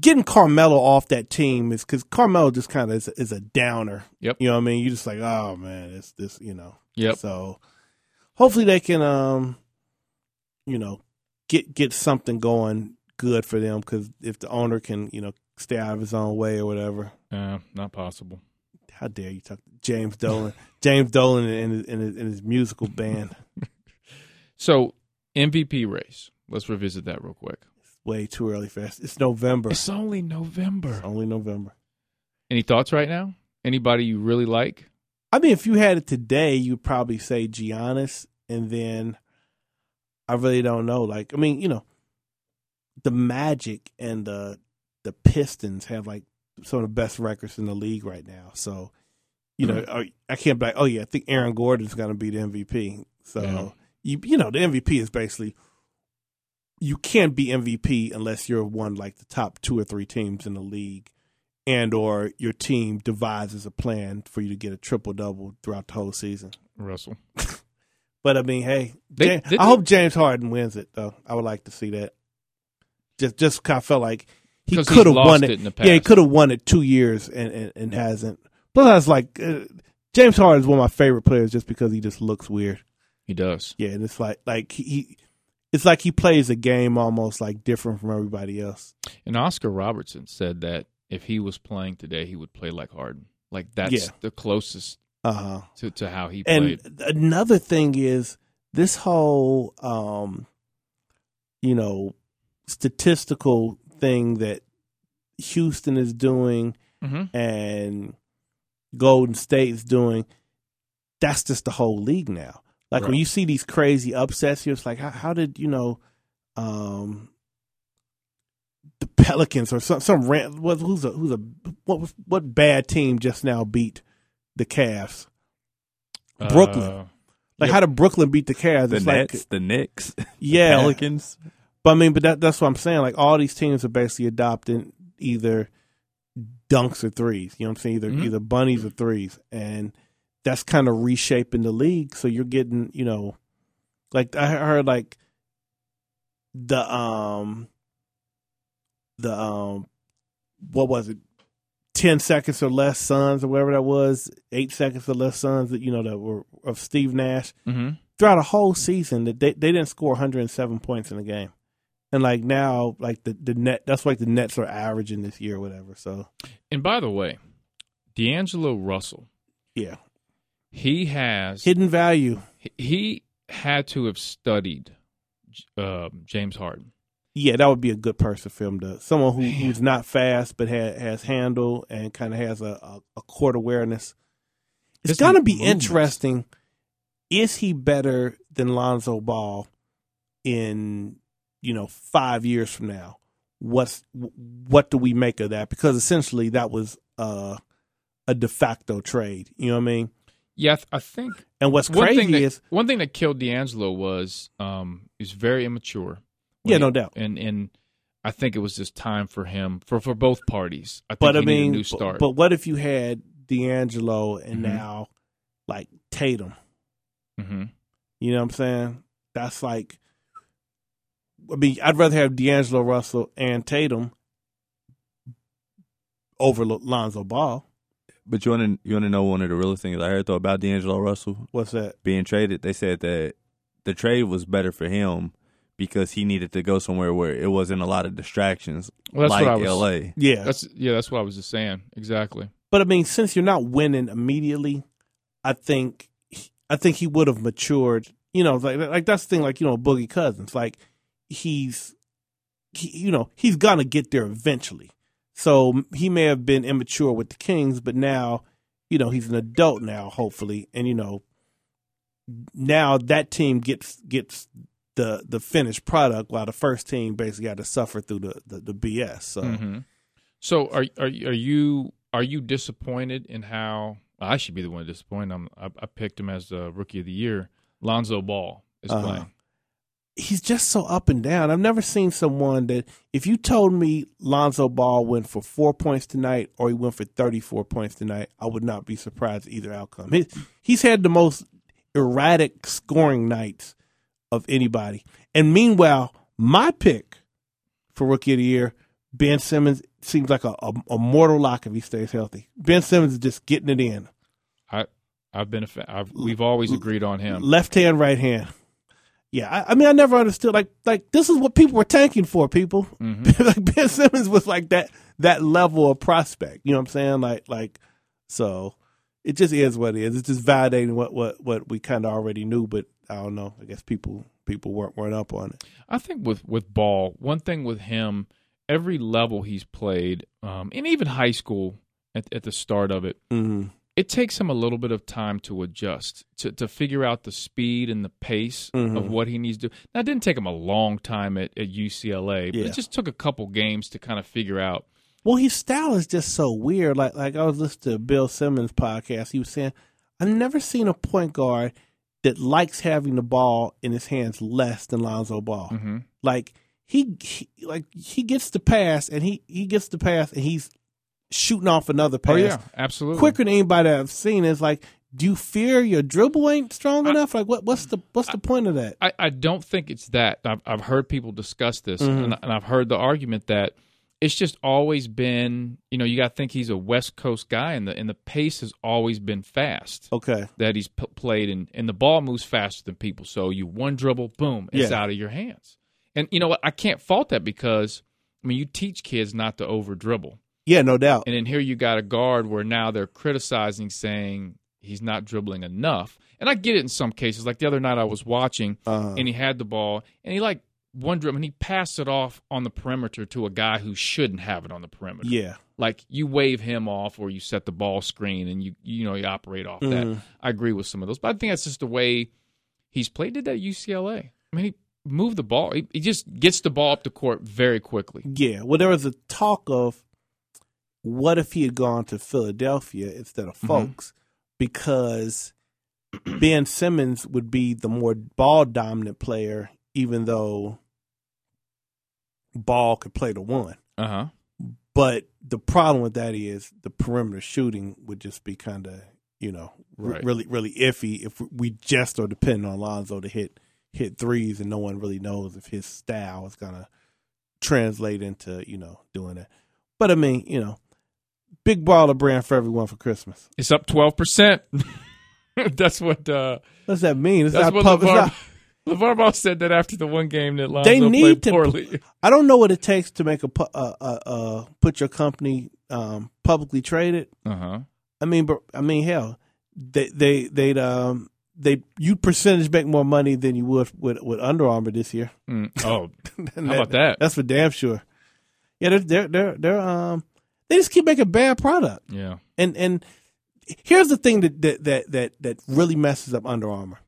S2: getting Carmelo off that team is because Carmelo just kind of is, is a downer.
S1: Yep.
S2: You know what I mean? You just like, oh man, it's this. You know.
S1: Yep.
S2: So hopefully they can, um, you know, get get something going good for them because if the owner can, you know, stay out of his own way or whatever.
S1: Uh, not possible.
S2: How dare you talk James Dolan? [laughs] James Dolan and his, and his, and his musical band.
S1: So MVP race. Let's revisit that real quick.
S2: Way too early for us. It's November.
S1: It's only November.
S2: It's only November.
S1: Any thoughts right now? Anybody you really like?
S2: I mean, if you had it today, you'd probably say Giannis, and then I really don't know. Like, I mean, you know, the Magic and the the Pistons have like some of the best records in the league right now. So, you know, I- I can't be like, oh yeah, I think Aaron Gordon's going to be the MVP. So,
S1: Yeah.
S2: you you know, the MVP is basically you can't be MVP unless you're one like the top two or three teams in the league and or your team devises a plan for you to get a triple double throughout the whole season.
S1: Russell.
S2: But I mean, hey,
S1: They-
S2: Jam-
S1: didn't
S2: I hope James Harden wins it though. I would like to see that. Just just 'cause I felt like he
S1: 'Cause he's
S2: could have
S1: lost
S2: won
S1: it
S2: it.
S1: in the
S2: Yeah, he
S1: past.
S2: could have won it two years and and, and hasn't. Plus, I was like, uh, James Harden is one of my favorite players just because he just looks weird.
S1: He does.
S2: Yeah, and it's like like he- he, it's like he plays a game almost like different from everybody else.
S1: And Oscar Robertson said that if he was playing today, he would play like Harden. Like that's
S2: Yeah.
S1: the closest
S2: Uh huh.
S1: to, to how he
S2: And
S1: played.
S2: another thing is this whole, um, you know, statistical thing that Houston is doing
S1: Mm-hmm.
S2: and Golden State's doing. That's just the whole league now. Like when
S1: Right.
S2: you see these crazy upsets, you're just like, how, how did you know? Um, the Pelicans or some some ran, what, who's a who's a what was- what bad team just now beat the Cavs? Brooklyn.
S1: Uh,
S2: Like
S1: Yep.
S2: how did Brooklyn beat the Cavs?
S3: The
S2: It's like
S3: Nets, the Knicks,
S2: [laughs] yeah,
S3: Pelicans.
S2: but I mean, but that, that's what I'm saying. Like all these teams are basically adopting either dunks or threes. You know what I'm saying? Either
S3: Mm-hmm.
S1: Mhm.
S2: either bunnies or threes, and that's kind of reshaping the league. So you're getting, you know, like I heard like the um the um what was it? Ten seconds or less sons or whatever that was, eight seconds or less sons that you know that were of Steve Nash
S1: hmm
S2: throughout a whole season that they, they didn't score 107 points in a game. And like now, like the, the net, that's like the Nets are averaging this year or whatever. So
S1: And by the way, D'Angelo Russell,
S2: yeah,
S1: he has
S2: hidden value.
S1: he had to have studied uh, James Harden.
S2: Yeah, that would be a good person for him to someone who,
S1: Man.
S2: who's not fast but has, has handle and kind of has a, a, a court awareness. It's
S1: Just
S2: gonna be
S1: movement.
S2: interesting. Is he better than Lonzo Ball in you know five years from now? What's what do we make of that? Because essentially that was uh, a de facto trade. You know what I mean?
S1: Yeah, I, th- I think
S2: And what's
S1: one
S2: crazy
S1: thing that
S2: is
S1: one thing that killed D'Angelo was um, he was very immature. When
S2: Yeah,
S1: he-
S2: no doubt.
S1: And and I think it was just time for him for for both parties. I think
S2: But
S1: he
S2: I
S1: needed
S2: mean,
S1: a new
S2: bu-
S1: start.
S2: but what if you had D'Angelo and
S1: Mhm.
S2: now like Tatum?
S1: hmm
S2: You know what I'm saying? That's like, I mean, I'd rather have D'Angelo Russell and Tatum over Lo- Lonzo Ball.
S3: But you want to you want to know one of the realest things I heard though about D'Angelo Russell
S2: What's that?
S3: being traded? They said that the trade was better for him because he needed to go somewhere where it wasn't a lot of distractions,
S1: Well, that's
S3: like
S1: what I was.
S3: L.A.
S2: Yeah,
S1: That's yeah, that's what I was just saying. Exactly.
S2: but I mean, since you're not winning immediately, I think I think he would have matured. You know, like like that's the thing. Like you know, Boogie Cousins, like he's he, you know he's gonna get there eventually. So he may have been immature with the Kings, but now you know he's an adult now, hopefully, and you know now that team gets gets the the finished product, while the first team basically had to suffer through the the, the BS. So.
S1: Mhm. So are are are you are you disappointed in how I should be the one disappointed? I'm, I, I picked him as the rookie of the year. Lonzo Ball is
S2: Uh-huh.
S1: playing.
S2: he's just so up and down. I've never seen someone that if you told me Lonzo Ball went for four points tonight or he went for thirty four points tonight, I would not be surprised at either outcome. He, he's had the most erratic scoring nights of anybody. And meanwhile, my pick for rookie of the year, Ben Simmons seems like a, a, a mortal lock if he stays healthy. Ben Simmons is just getting it in.
S1: I've been a fan. I've, we've always agreed on him.
S2: Left hand, right hand. Yeah, I, I mean, I never understood. Like, like this is what people were tanking for. People [laughs] like Ben Simmons was like that that level of prospect. You know what I'm saying? Like, like so, it just is what it is. It's just validating what what what we kind of already knew, but I don't know. I guess people people weren't weren't up on it.
S1: I think with with Ball, one thing with him, every level he's played, um, and even high school at, at the start of it,
S2: Mm-hmm.
S1: it takes him a little bit of time to adjust to, to figure out the speed and the pace
S2: Mhm.
S1: of what he needs to do now it didn't take him a long time at, at ucla but
S2: Yeah.
S1: it just took a couple games to kind of figure out
S2: Well, his style is just so weird. Like like I was listening to Bill Simmons podcast. He was saying, I've never seen a point guard that likes having the ball in his hands less than Lonzo Ball.
S1: Mhm.
S2: Like he, he like he gets the pass and he he gets the pass and he's shooting off another pass
S1: oh yeah absolutely
S2: quicker than anybody I've seen. It's like, do you fear your dribble ain't strong
S1: I-
S2: enough? Like what what's the what's the point of that?
S1: I, I don't think it's that. I've, I've heard people discuss this,
S2: Mhm.
S1: and, and I've heard the argument that it's just always been, you know, you got to think he's a West Coast guy, and the and the pace has always been fast
S2: Okay.
S1: that he's p- played, and, and the ball moves faster than people. So you one dribble, boom, it's
S2: Yeah.
S1: out of your hands. And you know what? I can't fault that because, I mean, you teach kids not to over dribble.
S2: Yeah, no doubt.
S1: And then here you got a guard where now they're criticizing, saying he's not dribbling enough. And I get it in some cases. Like the other night I was watching,
S2: Uh,
S1: and he had the ball, and he like one dribble, and he passed it off on the perimeter to a guy who shouldn't have it on the perimeter.
S2: yeah.
S1: Like you wave him off, or you set the ball screen, and you you know you operate off that.
S2: Mhm.
S1: I agree with some of those, but I think that's just the way he's played. Did that at UCLA? I mean, he moved the ball. He, he just gets the ball up the court very quickly.
S2: Yeah. Well, there was a talk of what if he had gone to Philadelphia instead of
S1: Mhm.
S2: folks because Ben Simmons would be the more ball dominant player, even though ball could play the one.
S1: Uh huh.
S2: But the problem with that is the perimeter shooting would just be kind of, you know, r-
S1: Right.
S2: really, really iffy if we just are depending on Lonzo to hit hit threes, and no one really knows if his style is gonna translate into, you know, doing that. But I mean, you know, big ball of brand for everyone for Christmas.
S1: It's up twelve percent. [laughs] That's what. Uh,
S2: What's that mean? It's
S1: that's
S2: not
S1: what
S2: public.
S1: LeVar, [laughs] LeVar Ball said that after the one game that Lonzo
S2: They need
S1: played
S2: to-
S1: poorly. [laughs]
S2: I don't know what it takes to make a pu- uh, uh, uh, put your company um, publicly traded.
S1: Uh huh.
S2: I mean, but I mean, hell, they they they'd um they you percentage make more money than you would with with Under Armour this year.
S1: Mm.
S2: [laughs]
S1: Oh, [laughs]
S2: How
S1: how about that?
S2: That's for damn sure. Yeah, they're they're they're, they're um they just keep making bad product.
S1: Yeah.
S2: And and here's the thing that that that that, that really messes up Under Armour.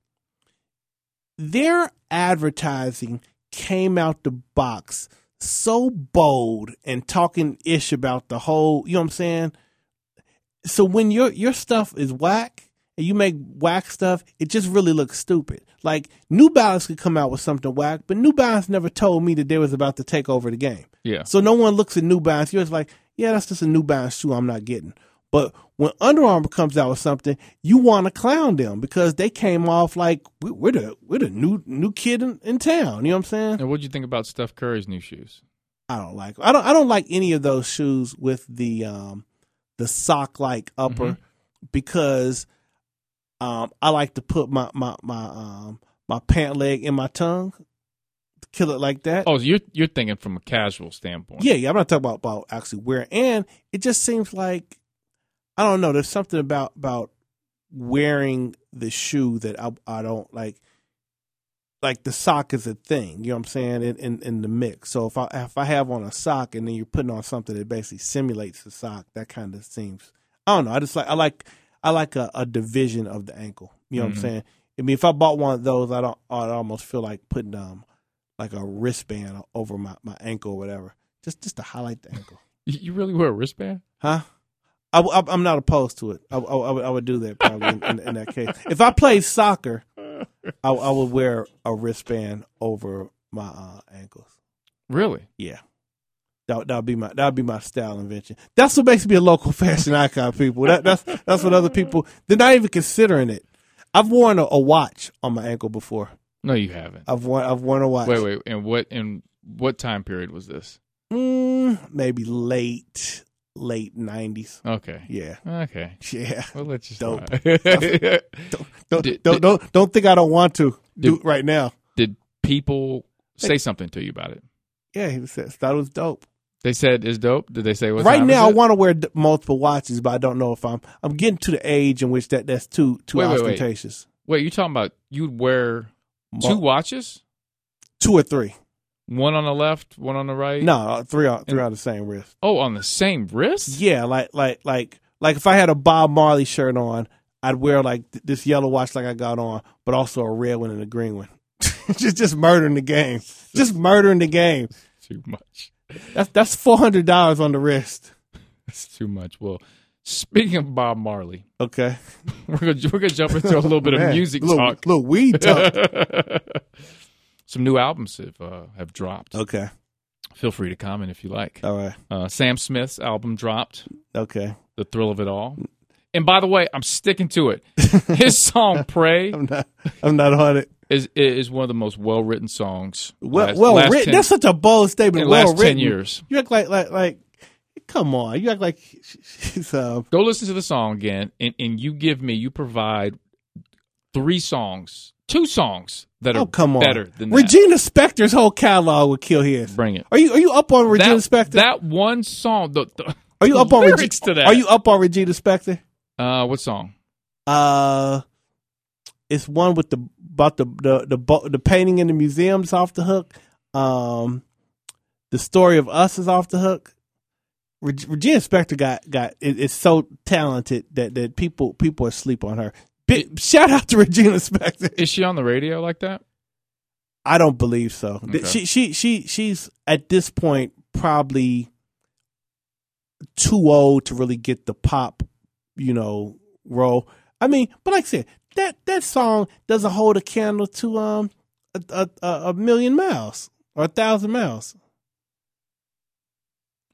S2: Their advertising came out the box so bold and talking ish about the whole, you know what I'm saying? So when your your stuff is whack and you make whack stuff, it just really looks stupid. Like New Balance could come out with something whack, but New Balance never told me that they was about to take over the game.
S1: Yeah.
S2: So no one looks at New Balance. You're just like, yeah, that's just a New Balance shoe I'm not getting. But when Under Armour comes out with something, you want to clown them because they came off like we- we're the we're the new new kid in, in town. You know what I'm saying?
S1: And what do you think about Steph Curry's new shoes?
S2: I don't like I don't I don't like any of those shoes with the um the sock like upper because um I like to put my my my um my pant leg in my tongue, kill it like that.
S1: Oh, so you're you're thinking from a casual standpoint.
S2: Yeah, yeah. I'm not talking about, about actually wearing. And it just seems like I don't know. There's something about about wearing the shoe that I I don't like. Like the sock is a thing, you know what I'm saying, in, in, in the mix. So if I if I have on a sock and then you're putting on something that basically simulates the sock, that kind of seems I don't know. I just like I like I like a, a division of the ankle. You know
S1: Mhm.
S2: what I'm saying? I mean, if I bought one of those, I don't. I'd almost feel like putting um like a wristband over my, my ankle or whatever, just just to highlight the ankle.
S1: You you really wear a wristband?
S2: Huh? I, am not opposed to it. I, I, I would, I would do that probably in, in, in that case. If I played soccer, I, I would wear a wristband over my uh, ankles.
S1: Really?
S2: Yeah. That that'll be my that'll be my style invention. That's what makes me a local [laughs] fashion icon, people. That that's that's what other people they're not even considering it. I've worn a, a watch on my ankle before.
S1: No, you haven't.
S2: I've worn I've worn a watch.
S1: Wait, wait. And what in what time period was this?
S2: Mm, maybe late late nineties.
S1: Okay.
S2: Yeah. [laughs]
S1: Okay.
S2: Yeah.
S1: Well, let's just
S2: Dope.
S1: not. [laughs]
S2: Don't,
S1: Did-
S2: don't
S1: did-
S2: don't don't think I don't want to do
S1: Did-
S2: it right now.
S1: Did people say something to you about it?
S2: Yeah, he said thought it was dope.
S1: They said it's dope. Did they say what
S2: right
S1: time
S2: now, I
S1: is it?
S2: want to wear d- multiple watches, but I don't know if I'm I'm getting to the age in which that that's too too
S1: Wait, wait, wait.
S2: ostentatious.
S1: Wait, you talking about you'd wear
S2: Mo-
S1: two watches?
S2: two or three?
S1: One on the left, one on the right.
S2: No, uh, three are three are the same wrist.
S1: Oh, on the same wrist.
S2: Yeah, like like like like if I had a Bob Marley shirt on, I'd wear like th- this yellow watch like I got on, but also a red one and a green one. [laughs] just just murdering the game. Just murdering the game.
S1: Too much. [laughs]
S2: That's that's four hundred dollars on the wrist.
S1: It's too much. Well, speaking of Bob Marley,
S2: Okay,
S1: [laughs] we're gonna we're gonna jump into a little bit of
S2: Man,
S1: music
S2: little,
S1: talk. [laughs]
S2: Little weed talk.
S1: Some new albums have uh, have dropped.
S2: okay,
S1: Feel free to comment if you like.
S2: all right.
S1: Uh, Sam Smith's album dropped.
S2: Okay,
S1: The thrill of it all. And by the way, I'm sticking to
S2: [laughs]
S1: it. His song "Pray"
S2: I'm not I'm not on it.
S1: is is one of the most well written songs.
S2: Well,
S1: last-
S2: well
S1: last
S2: written.
S1: 10
S2: That's such a bold
S1: in
S2: statement.
S1: the
S2: Well
S1: last
S2: written.
S1: ten years.
S2: You act like like like. Come on, you act like she's um.
S1: Go listen to the song again, and, and you give me, you provide three songs, two songs that are
S2: Oh come on,
S1: better than
S2: Regina Spector's whole catalog would kill his.
S1: that. Bring it.
S2: Are you are you up on Regina
S1: that,
S2: Spector?
S1: that one song. The, the,
S2: are you up on Regi-
S1: lyrics to that?
S2: Are you up on Regina Spector?
S1: Uh, what song?
S2: Uh, it's one with the about the the the, bo- the painting in the museum's off the hook. Um, the story of us is off the hook. Reg- Regina Spector got got it, it's so talented that that people people are asleep on her. Big, shout out to Regina Spector.
S1: Is she on the radio like that?
S2: I don't believe so.
S1: Okay.
S2: She she she she's at this point probably too old to really get the pop, you know, role. I mean, but like I said, that that song doesn't hold a candle to um a a, a a million miles or a thousand miles.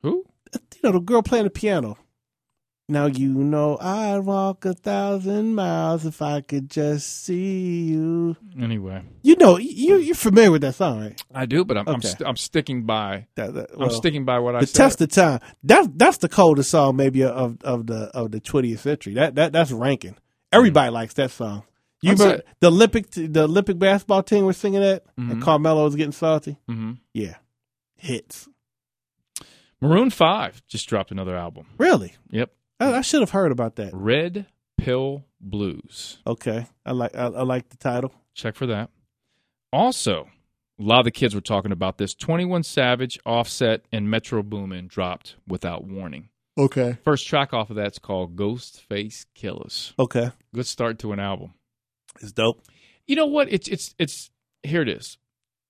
S1: Who?
S2: You know, the girl playing the piano. Now you know I'd walk a thousand miles if I could just see you.
S1: Anyway,
S2: You know, you you're familiar with that song, right?
S1: I do, but I'm I'm,
S2: Okay.
S1: st- I'm sticking by.
S2: That, that,
S1: I'm
S2: well-
S1: sticking by what I
S2: the
S1: said.
S2: test of time. That that's the coldest song maybe of of the of the twentieth century. That that that's ranking. Everybody likes that song. You
S1: I'm
S2: remember the Olympic the Olympic basketball team was singing that,
S1: Mhm.
S2: and Carmelo was getting salty.
S1: hmm
S2: Yeah, hits.
S1: Maroon Five just dropped another album.
S2: Really,
S1: Yep,
S2: I, I should have heard about that.
S1: Red Pill Blues.
S2: Okay, I like I, I like the title.
S1: Check for that. Also, a lot of the kids were talking about this. 21 Savage, Offset, and Metro Boomin dropped without warning.
S2: Okay,
S1: First track off of that's called Ghostface Killers.
S2: okay,
S1: Good start to an album.
S2: it's dope.
S1: You know what? It's it's it's here it is.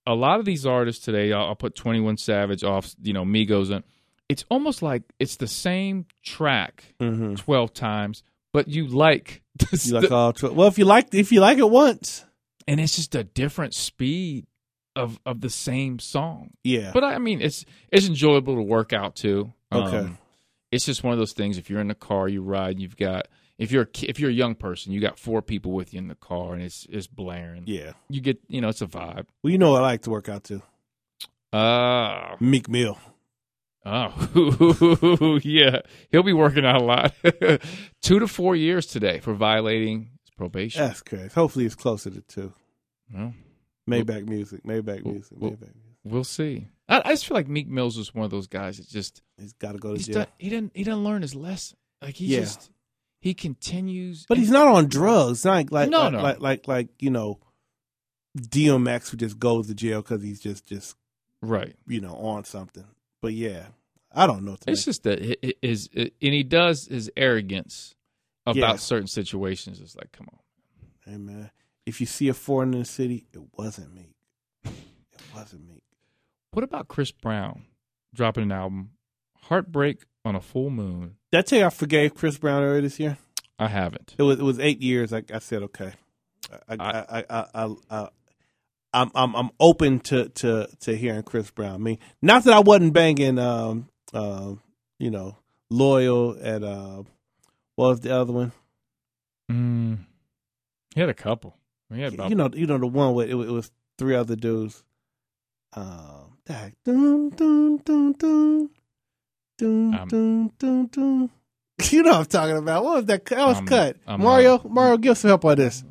S1: A lot of these artists today, I'll, I'll put 21 Savage off, you know, Migos in. It's almost like it's the same track
S2: Mm-hmm.
S1: 12 times, but you like, [laughs] this,
S2: You like all tw- well if you like if you like it once,
S1: and it's just a different speed of of the same song.
S2: yeah.
S1: But I mean, it's it's enjoyable to work out too. Um,
S2: Okay.
S1: it's just one of those things. If you're in the car, you ride, and you've got if you're a ki- if you're a young person, you got four people with you in the car, and it's it's blaring.
S2: yeah,
S1: You get you know it's a vibe.
S2: well you know what I like to work out to
S1: Uh,
S2: Meek Mill.
S1: oh, [laughs] yeah, he'll be working out a lot. [laughs] Two to four years today for violating his probation.
S2: That's crazy. Hopefully it's closer to two.
S1: Well,
S2: Maybach music, Maybach music,
S1: well-
S2: Maybach music.
S1: we'll see. I, I just feel like Meek Mills is one of those guys that just
S2: He's got to go to
S1: he's
S2: jail.
S1: done, he didn't he didn't learn his lesson. Like he
S2: Yeah.
S1: just he continues.
S2: But
S1: and-
S2: he's not on drugs. Not like like
S1: No,
S2: like,
S1: no.
S2: like like like you know, DMX who just goes to jail because he's just just
S1: right.
S2: you know on something. But yeah, I don't know. What to
S1: It's
S2: make.
S1: just that hi- hi- his uh, and he does his arrogance about
S2: Yeah.
S1: certain situations. It's like, come on,
S2: Hey man, if you see a foreigner in the city, it wasn't me. It wasn't me.
S1: what about Chris Brown dropping an album, Heartbreak on a Full Moon?
S2: Did I tell you I forgave Chris Brown earlier this year?
S1: I haven't.
S2: It was it was eight years. I, I said okay. I, I, I, I, I, I'm, I'm, I'm open to, to, to hearing Chris Brown. I mean, not that I wasn't banging, um, uh, you know, loyal at, uh, what was the other one?
S1: Mm. He had a couple. He had about
S2: You know, you know the one with it, was- it was three other dudes. Um, that dun dun dun dun dun
S1: Um,
S2: dun dun dun. [laughs] You know what I'm talking about. What was that? That was
S1: I'm-
S2: cut.
S1: I'm
S2: Mario,
S1: not-
S2: Mario, give us some help on this.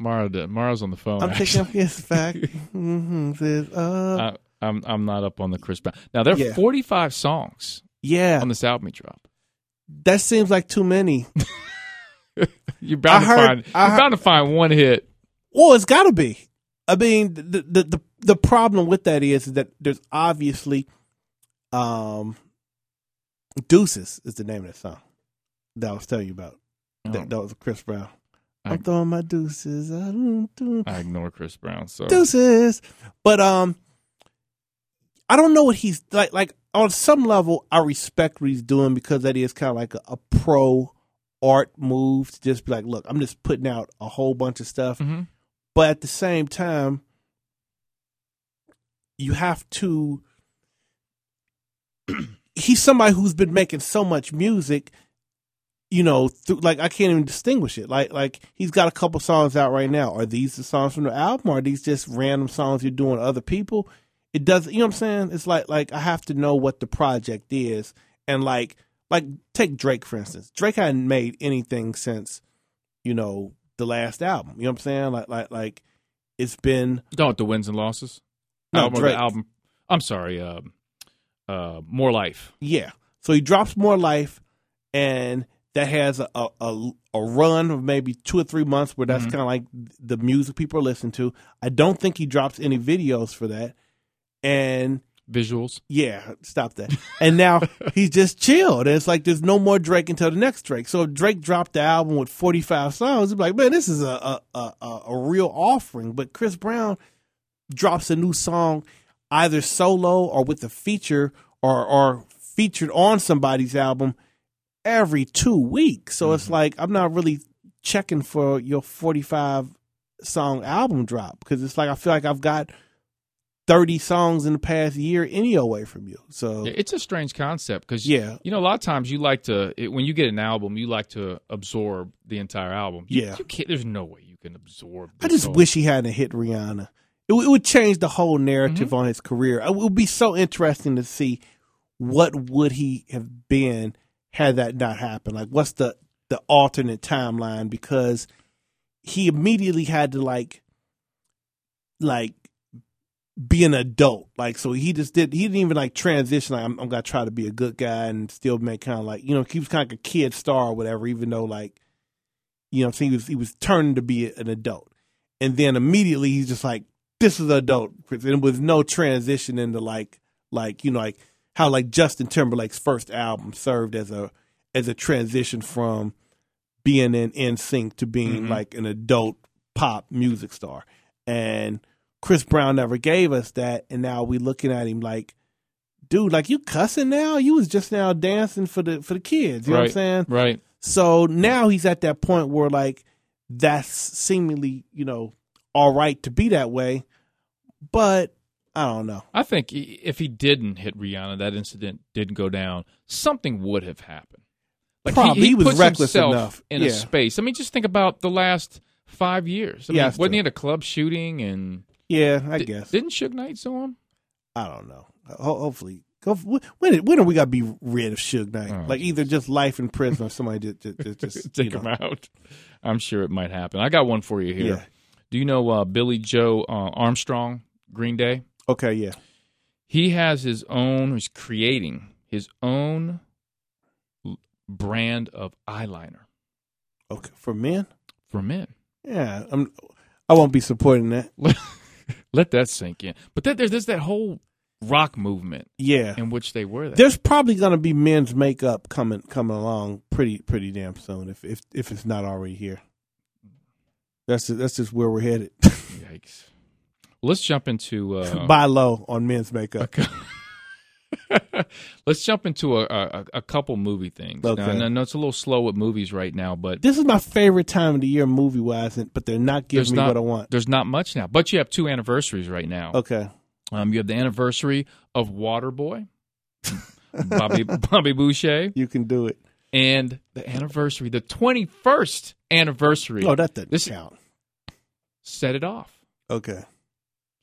S1: Mara. did- Mara's on the phone.
S2: I'm
S1: actually.
S2: taking [laughs] his back. hmm says, uh,
S1: I, I'm I'm not up on the Chris Brown. Now there are
S2: Yeah.
S1: 45 songs
S2: yeah,
S1: on this album he dropped.
S2: that seems like too many.
S1: You're bound to
S2: I heard-
S1: find.
S2: I
S1: you're
S2: heard-
S1: bound to find one hit.
S2: Well, it's got to be. I mean, the, the the the problem with that is that there's obviously, um, Deuces is the name of that song that I was telling you about. That, that was Chris Brown.
S1: I-
S2: Oh. I, am throwing my deuces. Uh, mm, I don't do
S1: I ignore Chris Brown. So
S2: deuces. But um, I don't know what he's like. Like on some level, I respect what he's doing because that is kind of like a, a pro art move to just be like, look, I'm just putting out a whole bunch of stuff.
S1: Mhm.
S2: But at the same time, you have to. [clears throat] he's somebody who's been making so much music, you know. Through, like I can't even distinguish it. Like like he's got a couple songs out right now. Are these the songs from the album? Or are these just random songs you're doing to other people? It does. You know what I'm saying? It's like like I have to know what the project is, and like like take Drake for instance. Drake hadn't made anything since you know the last album. You know what I'm saying? Like like like it's been
S1: don't the wins and losses.
S2: No,
S1: album, or
S2: Drake.
S1: the album. I'm sorry. Um, uh, more life.
S2: Yeah. So he drops more life, and that has a a, a, a run of maybe two or three months where that's
S1: Mhm.
S2: kind of like the music people are listening to. I don't think he drops any videos for that, and
S1: Visuals.
S2: yeah, stop that. And now he's just chilled. And it's like there's no more Drake until the next Drake. So if Drake dropped the album with 45 songs, it'd be like, man, this is a a, a, a a real offering. But Chris Brown drops a new song either solo or with a feature or or featured on somebody's album every two weeks. So it's like I'm not really checking for your 45 song album drop because it's like I feel like I've got 30 songs in the past year any away from you. So
S1: Yeah, It's a strange concept because
S2: yeah,
S1: You know, a lot of times you like to it, when you get an album, you like to absorb the entire album. You-
S2: Yeah.
S1: you can't. There's no way you can absorb.
S2: I
S1: this
S2: just
S1: whole-
S2: wish he hadn't hit Rihanna. It, w- it would change the whole narrative on his career. It would be so interesting to see what would he have been had that not happened. Like, what's the the alternate timeline? Because he immediately had to like, like, be an adult. Like, so he just did. He didn't even like transition. Like, I'm, I'm gonna try to be a good guy and still make kind of like you know he was kind of like a kid star or whatever. Even though like, you know, what I'm saying he was he was turning to be an adult and then immediately he's just like, "This is adult," and with no transition into like, like you know, like how like Justin Timberlake's first album served as a as a transition from being in in sync to being
S1: Mhm.
S2: like an adult pop music star, and Chris Brown never gave us that, and now we looking at him like, dude, like you cussing now? You was just now dancing for the for the kids, you know what
S1: Right.
S2: I'm saying?
S1: right.
S2: So now he's at that point where like that's seemingly, you know, all right to be that way, but I don't know.
S1: I think i- if he didn't hit Rihanna, that incident didn't go down. Something would have happened.
S2: Probably. He was
S1: puts
S2: reckless
S1: himself
S2: enough.
S1: in a
S2: Yeah.
S1: space. I mean, just think about the last five years. I mean,
S2: Yeah,
S1: wasn't he
S2: still.
S1: at a club shooting? And
S2: Yeah, I
S1: di-
S2: guess.
S1: didn't Suge Knight sue
S2: [laughs]
S1: him?
S2: I don't know. Ho- hopefully, Ho- when when are we gonna be rid of Suge Knight?
S1: Oh,
S2: like either just life in prison or somebody just just, just,
S1: [laughs]
S2: just
S1: Take
S2: you
S1: him
S2: know.
S1: out. I'm sure it might happen. I got one for you here.
S2: Yeah.
S1: Do you know uh, Billy Joe uh, Armstrong, Green Day?
S2: Okay. Yeah.
S1: he has his own he's creating his own l- brand of eyeliner
S2: Okay. For men.
S1: for men
S2: Yeah. I'm. I won't be supporting that.
S1: let that sink in but that, there's, there's that whole rock movement
S2: Yeah.
S1: in which they wear that
S2: There's probably gonna be men's makeup coming coming along pretty pretty damn soon if if if it's not already here. That's just, that's just where we're headed. [laughs]
S1: Yikes. let's jump into uh,
S2: Buy low on men's makeup.
S1: [laughs] Let's jump into a, a, a couple movie things.
S2: Okay.
S1: Now, I know it's a little slow with movies right now, but
S2: This is my favorite time of the year, movie wise, but they're not giving
S1: There's
S2: me
S1: not-
S2: what I want.
S1: there's not much now. But you have two anniversaries right now.
S2: Okay.
S1: Um, you have the anniversary of Waterboy, Bobby [laughs] Bobby Boucher,
S2: You can do it.
S1: and the anniversary, the 21st anniversary.
S2: Oh, that doesn't
S1: This-
S2: count.
S1: Set it off.
S2: Okay.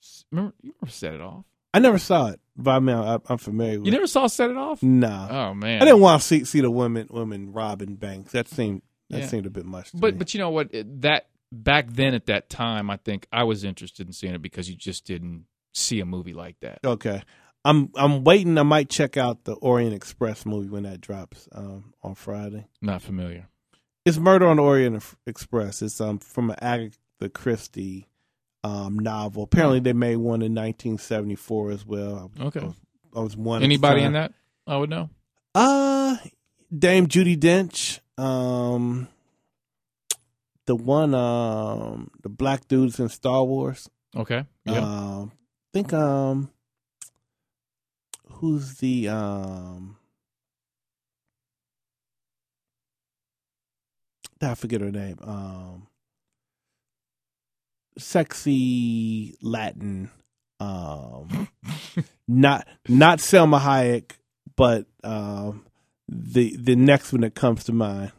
S1: S- Remember, you remember Set It Off?
S2: I never saw it, but I mean, I, I'm familiar with
S1: You never saw Set It Off?
S2: it. Nah.
S1: Oh man,
S2: I didn't want to see, see the women women robbing banks. That seemed that
S1: Yeah.
S2: seemed a bit much. To
S1: But
S2: me.
S1: but you know what? It- That back then at that time, I think I was interested in seeing it because you just didn't see a movie like that.
S2: okay, I'm I'm waiting. I might check out the Orient Express movie when that drops um, on Friday.
S1: Not familiar.
S2: It's Murder on the Orient Ex- Express. It's um from an Agatha Christie um novel. Apparently, they made one in 1974 as well. I,
S1: Okay.
S2: I was one.
S1: Anybody in
S2: that?
S1: that? I would know.
S2: Uh Dame Judy Dench. Um the one um the black dudes in Star Wars.
S1: Okay.
S2: Um
S1: Yeah.
S2: think um who's the um I forget her name. Um sexy Latin um not not Selma Hayek, but um, the the next one that comes to mind.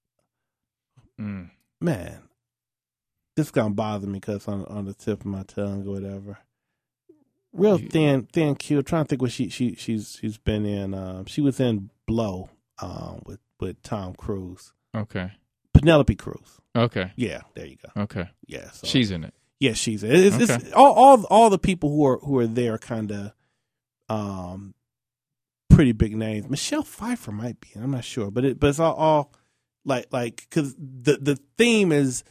S1: [laughs] Mm.
S2: Man, this gonna bother me because on on the tip of my tongue or whatever. Real
S1: You-
S2: thin, thin cute. Trying to think what she she she's she's been in. Um, she was in Blow um, with with Tom Cruise,
S1: Okay.
S2: Penelope Cruz.
S1: Okay.
S2: Yeah, there you go.
S1: Okay.
S2: Yeah, so.
S1: She's in it.
S2: Yes, she's it's,
S1: Okay.
S2: it's all all all the people who are who are there kind of um pretty big names. Michelle Pfeiffer might be. I'm not sure, but it but it's all, all like like cuz the the theme is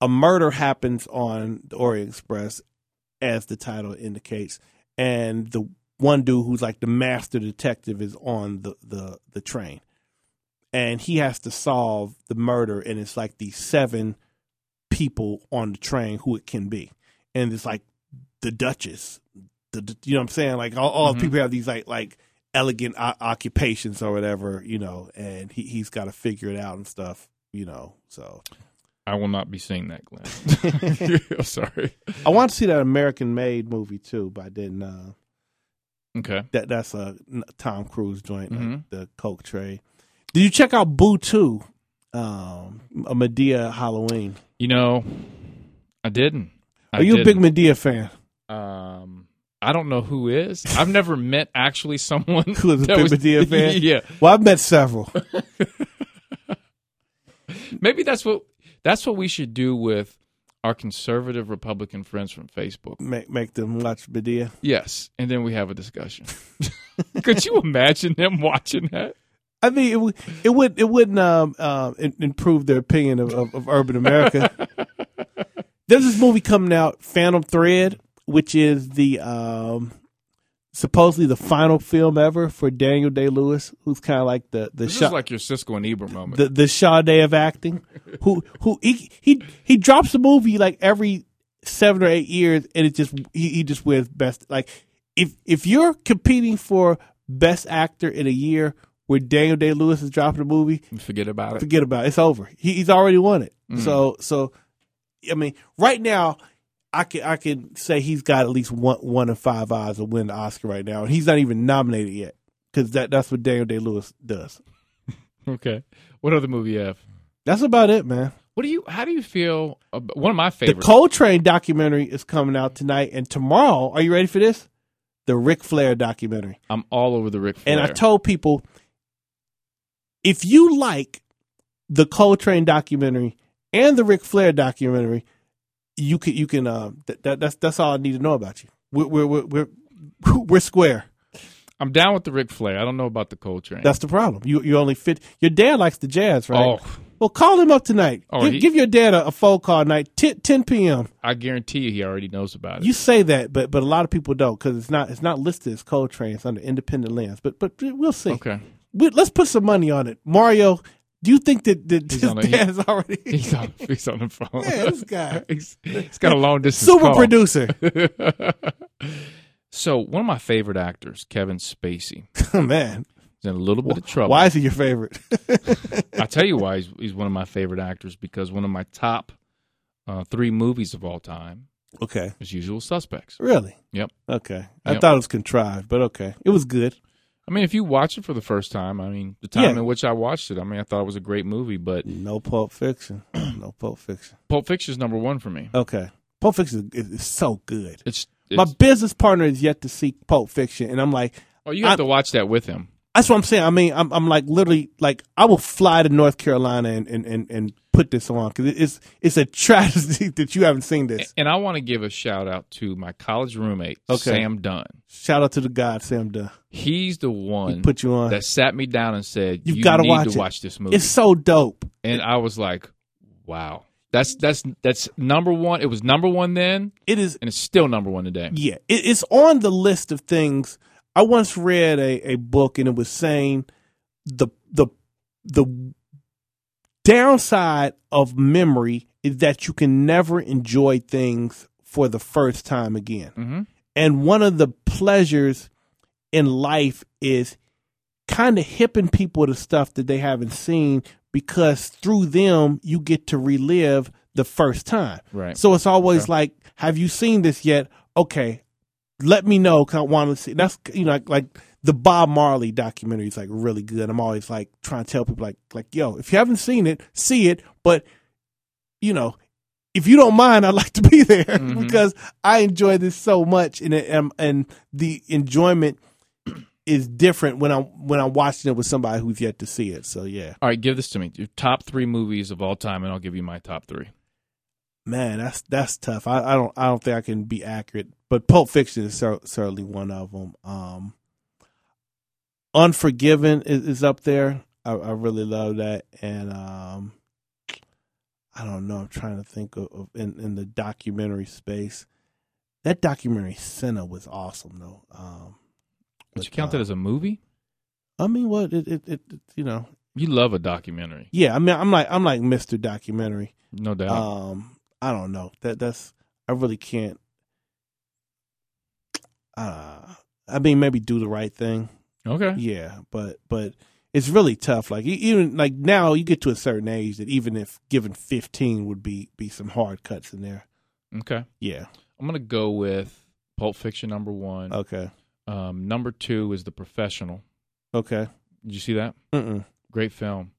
S2: a murder happens on the Orient Express as the title indicates and the one dude who's like the master detective is on the the the train. And he has to solve the murder and it's like the seven people on the train who it can be. And it's like the Duchess, the, the- you know what I'm saying? Like all, all
S1: Mhm.
S2: people have these like like elegant o- occupations or whatever, you know, and he, he's got to figure it out and stuff, you know. So
S1: I will not be seeing that,
S2: [laughs]
S1: Glenn. [laughs] I'm sorry.
S2: I want to see that American Made movie too, but I didn't. Uh,
S1: Okay.
S2: that that's a n- Tom Cruise joint, like
S1: Mhm.
S2: the Coke trade. Did you check out Boo Two? Um, a Medea Halloween.
S1: You know, I didn't. I
S2: Are you a big
S1: didn't.
S2: Medea fan?
S1: Um, I don't know who is. I've never met actually someone
S2: [laughs] Who is a
S1: that
S2: big
S1: was-
S2: Madea
S1: [laughs]
S2: fan?
S1: yeah.
S2: Well, I've met several. [laughs]
S1: Maybe that's what that's what we should do with our conservative Republican friends from Facebook.
S2: make make them watch Medea.
S1: Yes, and then we have a discussion. [laughs] Could you imagine them watching that?
S2: I mean, it, would- it would it wouldn't um, um, im- improve their opinion of, of, of
S1: [laughs]
S2: urban America. There's this movie coming out, Phantom Thread, which is the um, supposedly the final film ever for Daniel Day Lewis, who's kind of like the the
S1: This
S2: Sha-
S1: is like your Cisco and Eber moment.
S2: the the Sade of acting. Who who he he he drops a movie like every seven or eight years, and it just he, he just wins best. Like if if you're competing for best actor in a year where Daniel Day Lewis is dropping a movie,
S1: Forget about
S2: [laughs]
S1: it.
S2: forget about it. It's over. He, he's already won it. So so, I mean, right now. I can I can say he's got at least one one in five odds to win the Oscar right now, and he's not even nominated yet because that that's what Daniel Day Lewis does.
S1: Okay. What other movie you have?
S2: That's about it, man.
S1: What do you? How do you feel? About, one of my
S2: The
S1: favorites.
S2: Coltrane documentary is coming out tonight and tomorrow. Are you ready for this? The Ric Flair documentary.
S1: I'm all over the Rick. Flair.
S2: And I told people, if you like the Coltrane documentary and the Ric Flair documentary, you can you can uh, that, that that's that's all I need to know about you. We're we're we're [laughs] we're, we're square.
S1: I'm down with the Ric Flair. I don't know about the Coltrane.
S2: That's the problem. You you only fit. Your dad likes the jazz, right?
S1: Oh,
S2: Well, call him up tonight.
S1: Oh,
S2: give,
S1: he-
S2: give your dad a, a phone call tonight, 10, 10 p.m.
S1: I guarantee you, he already knows about it.
S2: You say that, but but a lot of people don't because it's not it's not listed as Coltrane. It's under independent lens. But but we'll see.
S1: okay. [laughs]
S2: We, let's put some money on it. Mario, do you think that that his
S1: on a- he-
S2: dad's already
S1: [laughs]
S2: [laughs]
S1: He's on. He's on the phone. [laughs]
S2: Yeah, this guy
S1: He's- he's got a long distance.
S2: super
S1: call.
S2: producer?
S1: [laughs] So one of my favorite actors, Kevin Spacey,
S2: Oh, Man,
S1: is in a little bit of trouble.
S2: why is he your favorite?
S1: I tell you why he's, he's one of my favorite actors because one of my top uh, three movies of all time
S2: [laughs] okay,
S1: is Usual Suspects.
S2: really?
S1: Yep.
S2: Okay, I
S1: Yep.
S2: thought it was contrived, but okay, it was good.
S1: I mean, if you watch it for the first time, I mean, the time
S2: Yeah.
S1: in which I watched it, I mean, I thought it was a great movie, but
S2: No Pulp [clears throat] Fiction. no Pulp Fiction.
S1: Pulp Fiction's number one for me.
S2: Okay, Pulp Fiction is, is so good.
S1: It's,
S2: My
S1: it's
S2: business partner is yet to see Pulp Fiction, and I'm like,
S1: oh, you have
S2: I-
S1: to watch that with him.
S2: that's what I'm saying. I mean, I'm, I'm like literally like I will fly to North Carolina and and and, and put this on because it's it's a [laughs] tragedy that you haven't seen this.
S1: And I want to give a shout out to my college roommate,
S2: Okay.
S1: Sam Dunn.
S2: Shout out to the God Sam Dunn.
S1: He's the one
S2: He put you on.
S1: that sat me down and said,
S2: You've
S1: "You
S2: gotta
S1: need
S2: watch
S1: to
S2: it.
S1: watch this movie."
S2: It's so dope.
S1: and I was like, "Wow, that's that's that's number one. It was number one then,
S2: It is.
S1: and it's still number one today."
S2: Yeah, it, it's on the list of things. I once read a, a book and it was saying the the the downside of memory is that you can never enjoy things for the first time again.
S1: hmm
S2: And one of the pleasures in life is kind of hipping people to stuff that they haven't seen because through them you get to relive the first time.
S1: Right.
S2: So it's always like, have you seen this yet? Okay, let me know because I want to see. That's you know like, like the Bob Marley documentary is like really good. I'm always like trying to tell people like like yo, if you haven't seen it, see it. But you know, if you don't mind, I'd [laughs] like to be there
S1: Mhm.
S2: because I enjoy this so much, and it, and, and the enjoyment is different when I'm when I'm watching it with somebody who's yet to see it. So yeah,
S1: All right, give this to me. Your top three movies of all time, and I'll give you my top three.
S2: man, that's that's tough. I, I don't I don't think I can be accurate, but Pulp Fiction is cer- certainly one of them. Um, Unforgiven is, is up there. I, I really love that, and um, I don't know. I'm trying to think of, of in, in the documentary space. That documentary Senna was awesome though. Um,
S1: Would
S2: but,
S1: you count
S2: uh,
S1: that as a movie?
S2: I mean, what it, it, it, it you know?
S1: You love a documentary,
S2: Yeah, I mean, I'm like I'm like Mr. Documentary.
S1: no doubt.
S2: Um, I don't know. That that's I really can't. Uh, I mean, maybe do the right thing.
S1: okay,
S2: Yeah, but but it's really tough. Like e- even like now, you get to a certain age that even if given fifteen would be be some hard cuts in there.
S1: okay.
S2: Yeah.
S1: I'm gonna go with Pulp Fiction number one.
S2: Okay.
S1: Um, number two is The Professional.
S2: Okay.
S1: Did you see that?
S2: Mm-mm.
S1: Great film.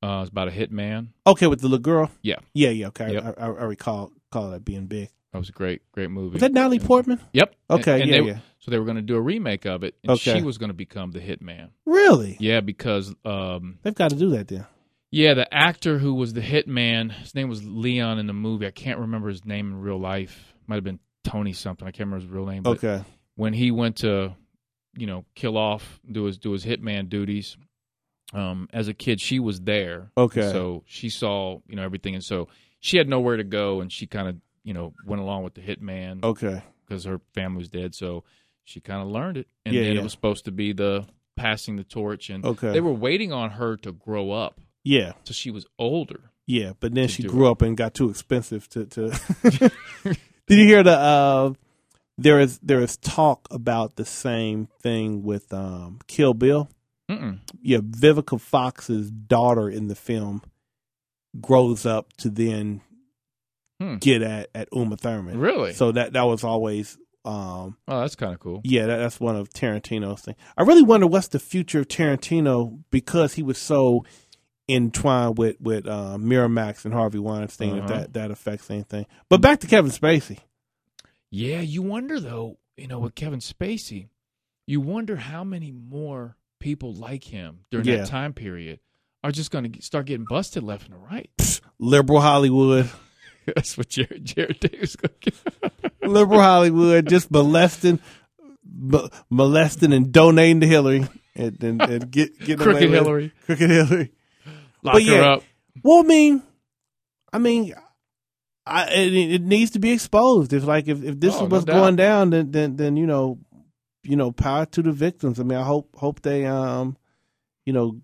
S1: Uh, it's about a hitman.
S2: Okay, with the little girl.
S1: Yeah.
S2: Yeah. Yeah. Okay.
S1: Yep.
S2: I, I, I recall call that being big.
S1: That was a great, great movie.
S2: Was that Natalie Portman?
S1: Yep.
S2: Okay.
S1: And- and
S2: yeah.
S1: they-
S2: yeah.
S1: So they were going to do a remake of it, and
S2: Okay.
S1: she was going to become the hitman.
S2: Really?
S1: Yeah, because um,
S2: They've got to do that then.
S1: yeah, the actor who was the hitman, his name was Leon in the movie. I can't remember his name in real life. Might have been Tony something. I can't remember his real name. But
S2: Okay.
S1: when he went to, you know, kill off, do his do his hitman duties. Um, as a kid, she was there.
S2: Okay.
S1: So she saw, you know, everything, and so she had nowhere to go, and she kind of, you know, went along with the hitman
S2: Okay.
S1: because her family was dead. So she kind of learned it, and
S2: Yeah,
S1: then
S2: yeah. Oh,
S1: it was supposed to be the passing the torch. And
S2: Okay.
S1: they were waiting on her to grow up,
S2: yeah.
S1: so she was older.
S2: Yeah, but then
S1: to
S2: she
S1: do
S2: grew up and got too expensive to. to [laughs] Did you hear the? Uh, there is there is talk about the same thing with um, Kill Bill.
S1: Mm-mm.
S2: Yeah, Vivica Fox's daughter in the film grows up to then
S1: Hmm.
S2: get at at Uma Thurman.
S1: Really?
S2: So that that was always. Um,
S1: oh, that's kind of cool.
S2: yeah, that, that's one of Tarantino's thing. I really wonder what's the future of Tarantino because he was so entwined with with uh, Miramax and Harvey Weinstein. If
S1: Uh-huh.
S2: that that affects anything. But back to Kevin Spacey.
S1: Yeah, you wonder though. You know, with Kevin Spacey, you wonder how many more people like him during
S2: Yeah.
S1: that time period are just going to start getting busted left and
S2: [laughs]
S1: right.
S2: Liberal Hollywood,
S1: that's what Jared Jared Davis going to get.
S2: liberal Hollywood, just molesting, mo- molesting and donating to Hillary, and and, and get getting away
S1: Crooked
S2: with it.
S1: Hillary,
S2: crooked Hillary.
S1: lock
S2: But
S1: her
S2: yeah,
S1: up.
S2: Well, I mean, I mean, I, it, it needs to be exposed. If like if, if this
S1: Oh,
S2: is
S1: no
S2: what's
S1: doubt.
S2: going down, then then then you know, you know, power to the victims. I mean, I hope hope they um, you know,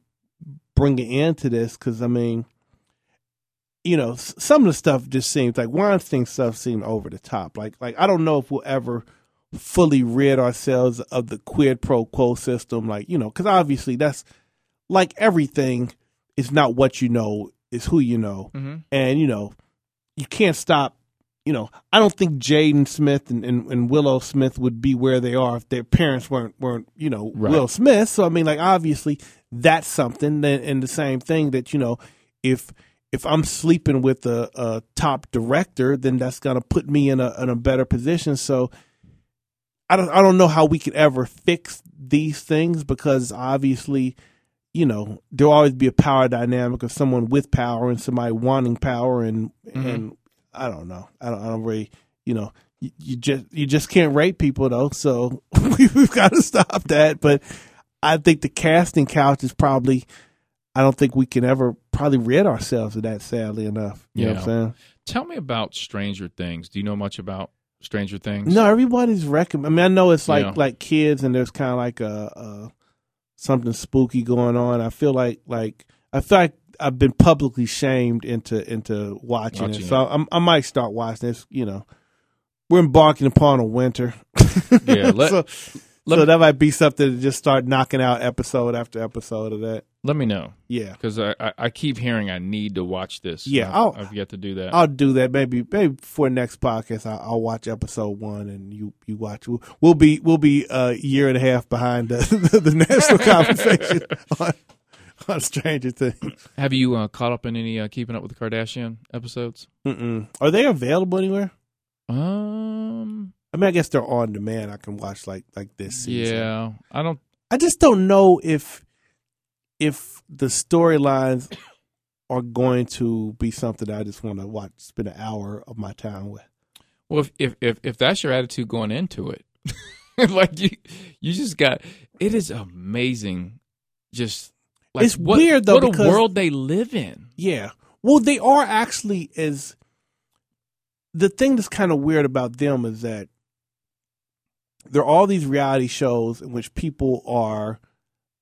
S2: bring an end to this because I mean, you know, s- some of the stuff just seems like Weinstein stuff seemed over the top. Like like I don't know if we'll ever fully rid ourselves of the quid pro quo system. Like, you know, because obviously that's like everything is not what you know, it's who you know.
S1: Mm-hmm.
S2: And, you know, you can't stop. You know, I don't think Jaden Smith and, and, and Willow Smith would be where they are if their parents weren't weren't you know
S1: Right.
S2: Will Smith. So I mean, like obviously that's something. Then- And the same thing that you know, if if I'm sleeping with a, a top director, then that's gonna put me in a in a better position. So I don't I don't know how we could ever fix these things because obviously, you know, there'll always be a power dynamic of someone with power and somebody wanting power and
S1: Mhm.
S2: and I don't know. I don't I don't really you know you, you just you just can't rape people though, so [laughs] we've got to stop that. But I think the casting couch is probably I don't think we can ever probably rid ourselves of that sadly enough. You know what I'm saying?
S1: Tell me about Stranger Things. Do you know much about Stranger Things?
S2: No, everybody's recommend. I mean, I know it's like
S1: Yeah.
S2: like kids, and there's kind of like a, a something spooky going on. I feel like like I feel like I've been publicly shamed into into watching,
S1: Watching
S2: it.
S1: it.
S2: So I'm, I might start watching this. You know, we're embarking upon a winter. [laughs]
S1: Yeah, let-
S2: so,
S1: let
S2: so
S1: me-
S2: that might be something to just start knocking out episode after episode of that.
S1: Let me know
S2: Yeah,
S1: because I, I, I keep hearing I need to watch this.
S2: Yeah,
S1: I've,
S2: I'll-
S1: I've yet to do that.
S2: I'll do that. Maybe maybe for next podcast, I'll, I'll watch episode one, and you you watch. We'll, we'll be we'll be a year and a half behind the [laughs] the,
S1: [laughs]
S2: the national conversation on, on Stranger Things.
S1: Have you uh, caught up in any uh, Keeping Up with the Kardashian episodes?
S2: Mm-mm. Are they available anywhere?
S1: Um,
S2: I mean, I guess they're on demand. I can watch like like this season.
S1: yeah, I don't.
S2: I just don't know if if the storylines [coughs] are going to be something that I just want to watch, spend an hour of my time with.
S1: Well, if if if, if that's your attitude going into it, [laughs] like you you just got it is amazing. Just like
S2: It's
S1: what,
S2: weird, though,
S1: what a
S2: because-
S1: world they live in.
S2: Yeah. Well, they are actually as the thing that's kind of weird about them is that there are all these reality shows in which people are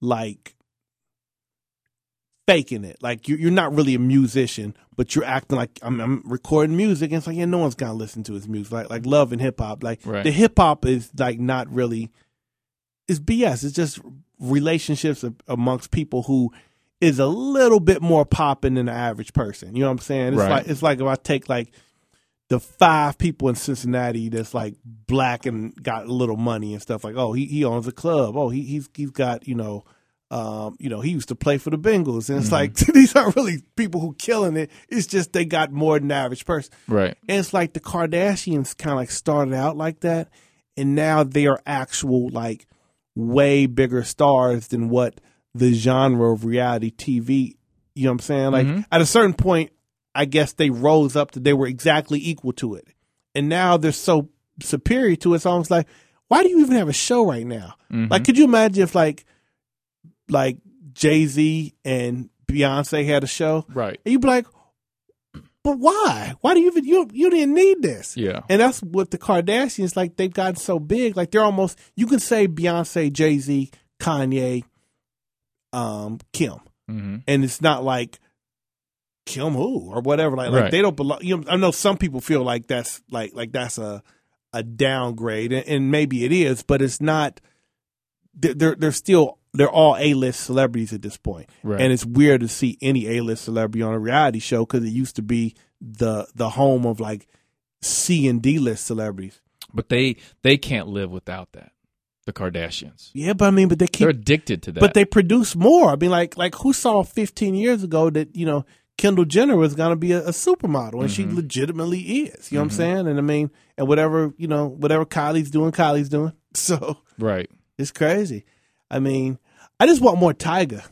S2: like faking it. Like you, you're not really a musician, but you're acting like I'm, I'm recording music. And it's like, yeah, no one's gonna listen to his music. Like like love and hip hop. Like
S1: Right.
S2: the hip hop is like not really. It's BS. It's just relationships a- amongst people who is a little bit more popping than the average person. You know what I'm saying? It's
S1: Right.
S2: like it's like if I take like the five people in Cincinnati that's like black and got a little money and stuff like, oh, he, he owns a club. Oh, he he's he's got, you know, um, you know, he used to play for the Bengals. And it's like [laughs] these aren't really people who killing it. It's just they got more than the average person.
S1: Right.
S2: And it's like the Kardashians kind of like started out like that, and now they are actual like way bigger stars than what the genre of reality TV. You know what I'm saying? Like
S1: Mhm.
S2: at a certain point, I guess they rose up to they were exactly equal to it, and now they're so superior to it. So I was like, why do you even have a show right now?
S1: Mhm.
S2: Like, could you imagine if like like Jay Z and Beyonce had a show?
S1: right.
S2: And you'd be like, but why? Why do you even, you, you didn't need this.
S1: Yeah.
S2: And that's what the Kardashians, like, they've gotten so big. Like, they're almost, you can say Beyonce, Jay Z, Kanye, um, Kim.
S1: Mm-hmm.
S2: And it's not like Kim who or whatever. Like, like
S1: Right.
S2: they don't belong. You know, I know some people feel like that's, like, like that's a, a downgrade. And, and maybe it is, but it's not, they're, they're, they're still, they're all A list celebrities at this point
S1: Right.
S2: and it's weird to see any A-list celebrity on a reality show because it used to be the the home of like C and D-list celebrities.
S1: but they they can't live without that. The Kardashians.
S2: Yeah, but I mean, but they keep,
S1: They're addicted to that.
S2: but they produce more. I mean, like like who saw 15 years ago that you know Kendall Jenner was going to be a, a supermodel, and
S1: Mm-hmm.
S2: she legitimately is. You know what I'm saying? And I mean, and whatever you know, whatever Kylie's doing, Kylie's doing. [laughs] So
S1: right. [laughs]
S2: it's crazy. I mean, I just want more Tiger.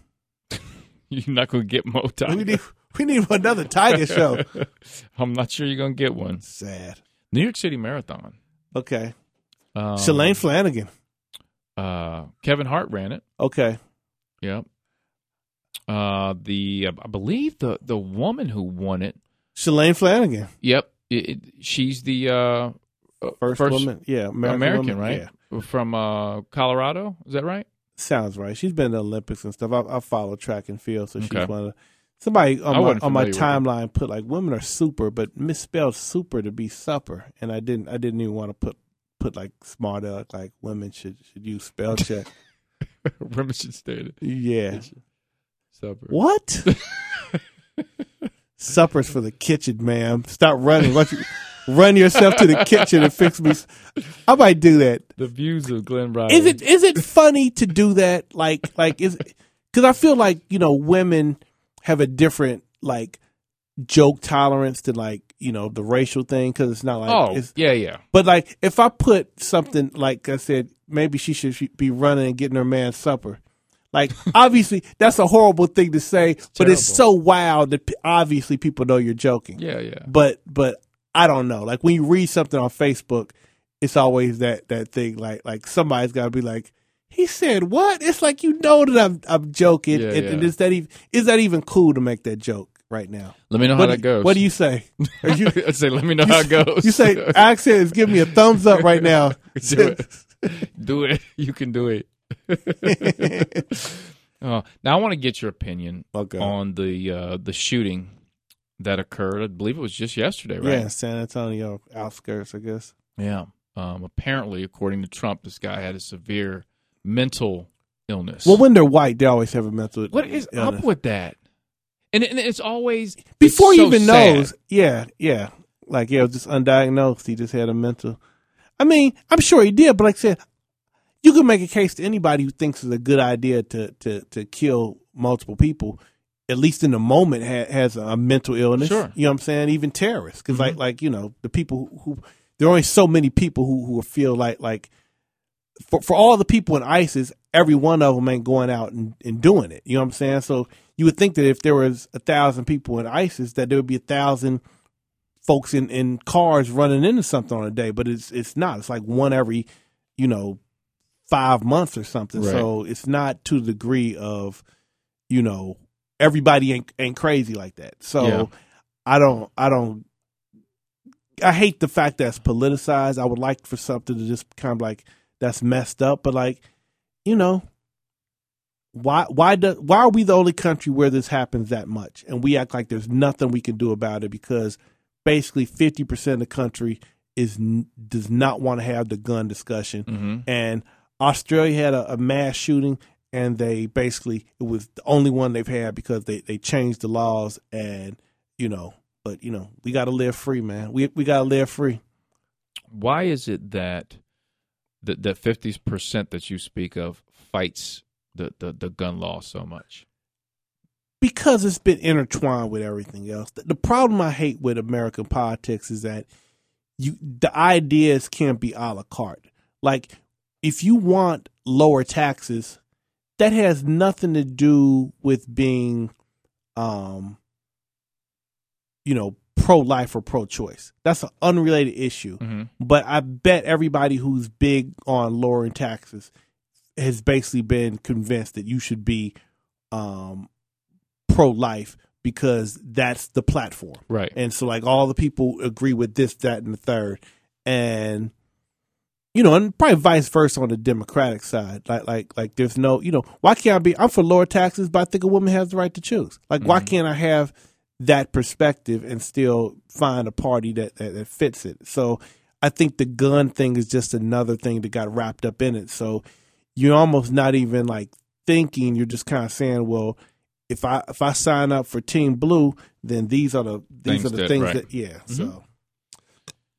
S1: You're not gonna get Mo
S2: We
S1: Tiger.
S2: need we need another
S1: [laughs]
S2: Tiger show.
S1: I'm not sure you're gonna get one.
S2: Sad.
S1: New York City Marathon.
S2: Okay,
S1: Um,
S2: Shalane Flanagan.
S1: Uh, Kevin Hart ran it.
S2: Okay.
S1: Yep. Uh, the I believe the the woman who won it.
S2: Shalane Flanagan,
S1: Yep, it, it, she's the uh,
S2: first, woman, yeah, American,
S1: American,
S2: woman,
S1: right?
S2: Yeah.
S1: From uh, Colorado, is that [laughs] right?
S2: Sounds right. She's been to the Olympics and stuff. I, I follow track and field, so
S1: Okay.
S2: she's one of the, somebody
S1: I
S2: on my,
S1: wasn't
S2: on my
S1: familiar
S2: timeline put like women are super, but misspelled super to be supper, and I didn't I didn't even want to put put like smart aleck, like women should should use
S1: [laughs]
S2: spell check.
S1: Women should stay in it.
S2: yeah.
S1: Supper. [laughs]
S2: What? Supper's for the kitchen, ma'am. Stop running. Let you run yourself to the kitchen and fix me. s- I might do that.
S1: The views of Glenn Riley.
S2: Is it is it funny to do that? Like like is because I feel like you know women have a different like joke tolerance to like you know the racial thing because it's not like
S1: oh,
S2: it's,
S1: yeah, yeah.
S2: but like, if I put something like I said, maybe she should sh- be running and getting her man supper. Like, obviously, that's a horrible thing to say, but it's so wild that p- obviously people know you're joking.
S1: Yeah, yeah.
S2: But but I don't know. Like when you read something on Facebook, it's always that that thing. Like like somebody's got to be like, he said what? It's like you know that I'm I'm joking,
S1: Yeah,
S2: and, and
S1: yeah.
S2: is that even is that even cool to make that joke right now?
S1: Let me know
S2: what,
S1: how that goes.
S2: What do you say?
S1: [laughs]
S2: Are you
S1: I say, let me know how it goes. [laughs]
S2: you say accent is giving me a thumbs up right now.
S1: do it. [laughs] Do it. You can do it. [laughs] Uh, now I want to get your opinion
S2: Okay.
S1: on the uh, the shooting that occurred. I believe it was just yesterday,
S2: Yeah,
S1: right?
S2: San Antonio outskirts, I guess.
S1: Yeah. Um, apparently, according to Trump, this guy had a severe mental illness.
S2: Well, when they're white, they always have a mental.
S1: what is
S2: illness.
S1: up with that? And, and it's always it's
S2: Before
S1: so
S2: he even
S1: sad.
S2: knows, yeah, yeah, like yeah, it was just undiagnosed. He just had a mental. I mean, I'm sure he did, but like I said, you can make a case to anybody who thinks it's a good idea to to to kill multiple people. At least in the moment, ha- has a mental illness.
S1: Sure. Mm-hmm.
S2: you know what I'm saying. Even terrorists, because like like you know the people who, who there are only so many people who who feel like like for for all the people in ISIS, every one of them ain't going out and, and doing it. You know what I'm saying? So you would think that if there was a thousand people in ISIS, that there would be a thousand folks in, in cars running into something on a day, but it's it's not. It's like one every, you know, five months or something.
S1: Right.
S2: So it's not to the degree of, you know, everybody ain't ain't crazy like that. So
S1: Yeah.
S2: I don't I don't I hate the fact that's politicized. I would like for something to just kind of like that's messed up, but like, you know, why why do, why are we the only country where this happens that much and we act like there's nothing we can do about it because basically 50% of the country is n- does not want to have the gun discussion
S1: Mhm.
S2: and Australia had a, a mass shooting, and they basically it was the only one they've had because they they changed the laws, and you know, but you know, we got to live free, man. We we got to live free.
S1: Why is it that that that fifty percent that you speak of fights the, the, the gun law so much?
S2: because it's been intertwined with everything else. The, the problem I hate with American politics is that you the ideas can't be a la carte. Like if you want lower taxes, that has nothing to do with being, um, you know, pro life or pro choice. That's an unrelated issue.
S1: Mm-hmm.
S2: But I bet everybody who's big on lowering taxes has basically been convinced that you should be um, pro life because that's the platform.
S1: Right.
S2: And so, like, all the people agree with this, that, and the third. And, you know, and probably vice versa on the Democratic side. Like, like, like, there's no, you know, why can't I be, I'm for lower taxes, but I think a woman has the right to choose. Like, why can't I have that perspective and still find a party that, that, that fits it? So, I think the gun thing is just another thing that got wrapped up in it. So, you're almost not even like thinking, you're just kind of saying, well, if I if I sign up for Team Blue, then these are the these
S1: Things
S2: are the
S1: that-
S2: things
S1: right. Mm-hmm.
S2: that yeah. So,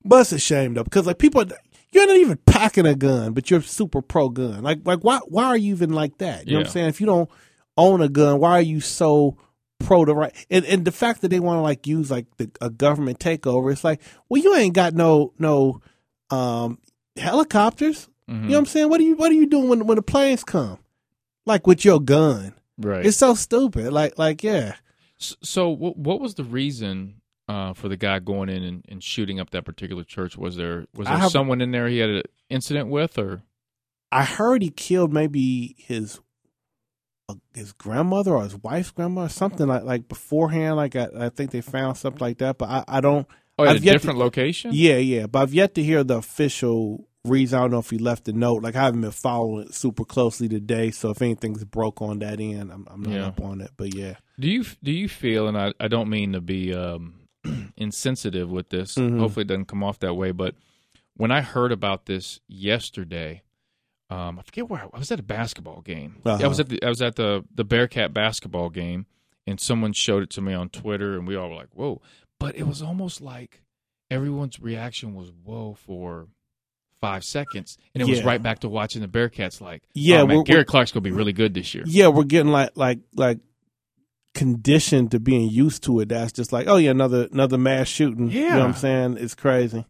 S2: but it's a shame though because like people, are- you're not even packing a gun, but you're super pro gun. Like like why why are you even like that? You know what
S1: Yeah.
S2: I'm saying? If you don't own a gun, why are you so pro the right? And and the fact that they want to like use like the, a government takeover, it's like well you ain't got no no um helicopters.
S1: Hmm. Mm-hmm.
S2: You know what I'm saying? What are you what are you doing when when the planes come? Like with your gun.
S1: Right.
S2: It's so stupid. Like, like, yeah.
S1: S- So, what what was the reason uh, for the guy going in and, and shooting up that particular church? Was there was
S2: I
S1: there
S2: have-
S1: someone in there he had an incident with, or
S2: I heard he killed maybe his uh, his grandmother or his wife's grandma or something like like beforehand. Like, I, I think they found something like that, but I, I don't.
S1: oh, at
S2: I've
S1: a
S2: yet to-
S1: different location?
S2: Yeah, yeah. But I've yet to hear the official reason. I don't know if he left a note. Like, I haven't been following it super closely today. So if anything's broke on that end, I'm, I'm not
S1: Yeah.
S2: up on it. But yeah.
S1: Do you do you feel? And I, I don't mean to be um, [clears throat] insensitive with this.
S2: Mhm.
S1: Hopefully, it doesn't come off that way. But when I heard about this yesterday, um, I forget where I I was at a basketball game. Yeah, I was
S2: Uh-huh.
S1: at the I was at the the Bearcat basketball game, and someone showed it to me on Twitter, and we all were like, "Whoa!" But it was almost like everyone's reaction was "Whoa" for five seconds, and it was
S2: Yeah.
S1: right back to watching the Bearcats. Like,
S2: Yeah,
S1: oh, man,
S2: we're-
S1: Gary Clark's gonna be really good this year.
S2: yeah, we're getting like like like conditioned to being used to it. That's just like, oh yeah, another another mass shooting. you know what I'm
S1: Yeah.
S2: saying it's crazy.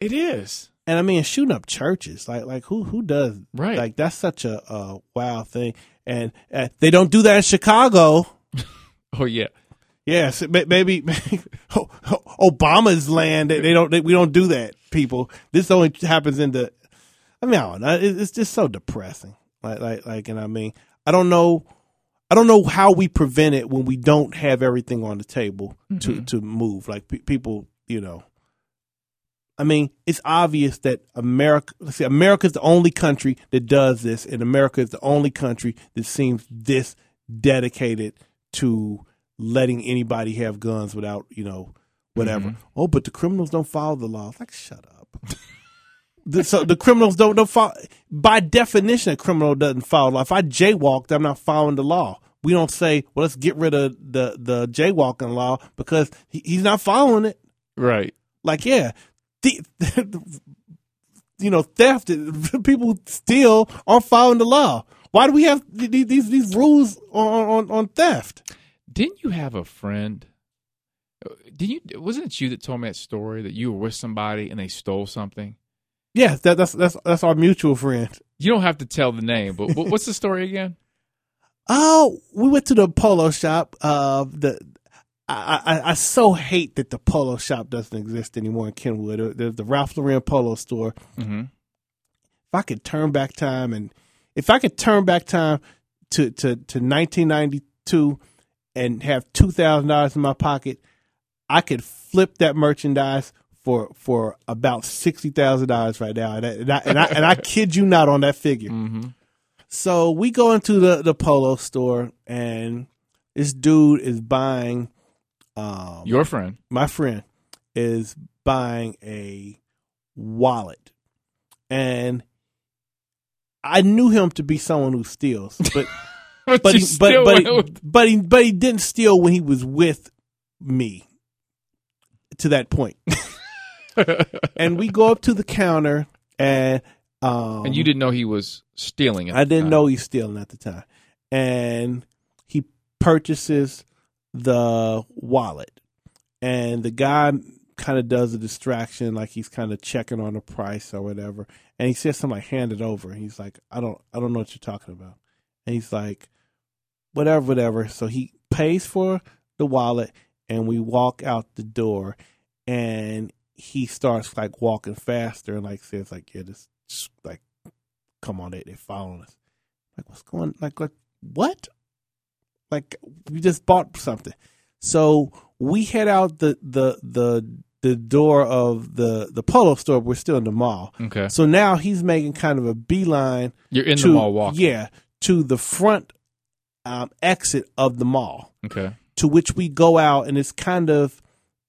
S1: It is
S2: And I mean, shooting up churches, like like who who does
S1: right.
S2: like that's such a, uh wild thing. And uh, they don't do that in Chicago.
S1: oh yeah,
S2: Yes, ma- maybe, [laughs] maybe O- O- Obama's land. They they don't. They, we don't do that, people. This only happens in the. I mean, I don't know. It- It's just so depressing. Like, like, like, and I mean, I don't know. I don't know how we prevent it when we don't have everything on the table to
S1: Mhm.
S2: to move. Like pe- people, you know. I mean, it's obvious that America. Let's see, America's the only country that does this, and America is the only country that seems this dedicated to letting anybody have guns without, you know, whatever.
S1: Mhm.
S2: Oh, but the criminals don't follow the law. Like, shut up. [laughs] The- so the criminals don't don't follow. By definition, a criminal doesn't follow the law. If I jaywalked, I'm not following the law. We don't say, well, let's get rid of the the jaywalking law because he, he's not following it.
S1: right.
S2: Like, yeah, the, [laughs] you know, theft. [laughs] People steal aren't following the law. Why do we have th- th- these these rules on on, on theft?
S1: Didn't you have a friend? uh, Did you? Wasn't it you that told me that story that you were with somebody and they stole something?
S2: Yeah, that, that's that's that's our mutual friend.
S1: You don't have to tell the name, but wh- what's the story again?
S2: Oh, we went to the polo shop. Uh, the I, I I so hate that the polo shop doesn't exist anymore in Kenwood. There's the Ralph Lauren Polo Store.
S1: Mm-hmm.
S2: If I could turn back time, and if I could turn back time to to to 1992, and have two thousand dollars in my pocket, I could flip that merchandise. For, for about sixty thousand dollars right now, and I, and I and I and I kid you not on that figure.
S1: Mm-hmm.
S2: So we go into the, the polo store and this dude is buying um
S1: Your friend. [laughs]
S2: my friend is buying a wallet. And I knew him to be someone
S1: [laughs]
S2: who steals, but but
S1: you
S2: he, but
S1: still
S2: but
S1: went
S2: he,
S1: with-
S2: but he but he didn't steal when he was with me to that point. [laughs] and we go up to the counter and
S1: [laughs]
S2: um
S1: and you didn't know he was stealing it. Uh,
S2: I didn't know he's stealing at the time. And he purchases the wallet. And the guy kind of does a distraction, like he's kind of checking on the price or whatever. And he says something like, hand it over. And he's like, I don't I don't know what you're talking about. And he's like, whatever, whatever. So he pays for the wallet and we walk out the door and he starts like walking faster and like says like, yeah, this just, like come on, they they following us. Like what's going like like what? Like we just bought something. So we head out the the the the door of the the polo store. We're still in the mall.
S1: Okay,
S2: So now he's making kind of a beeline
S1: you're in
S2: to
S1: the mall walking.
S2: yeah to the front um, exit of the mall
S1: Okay,
S2: to which we go out and it's kind of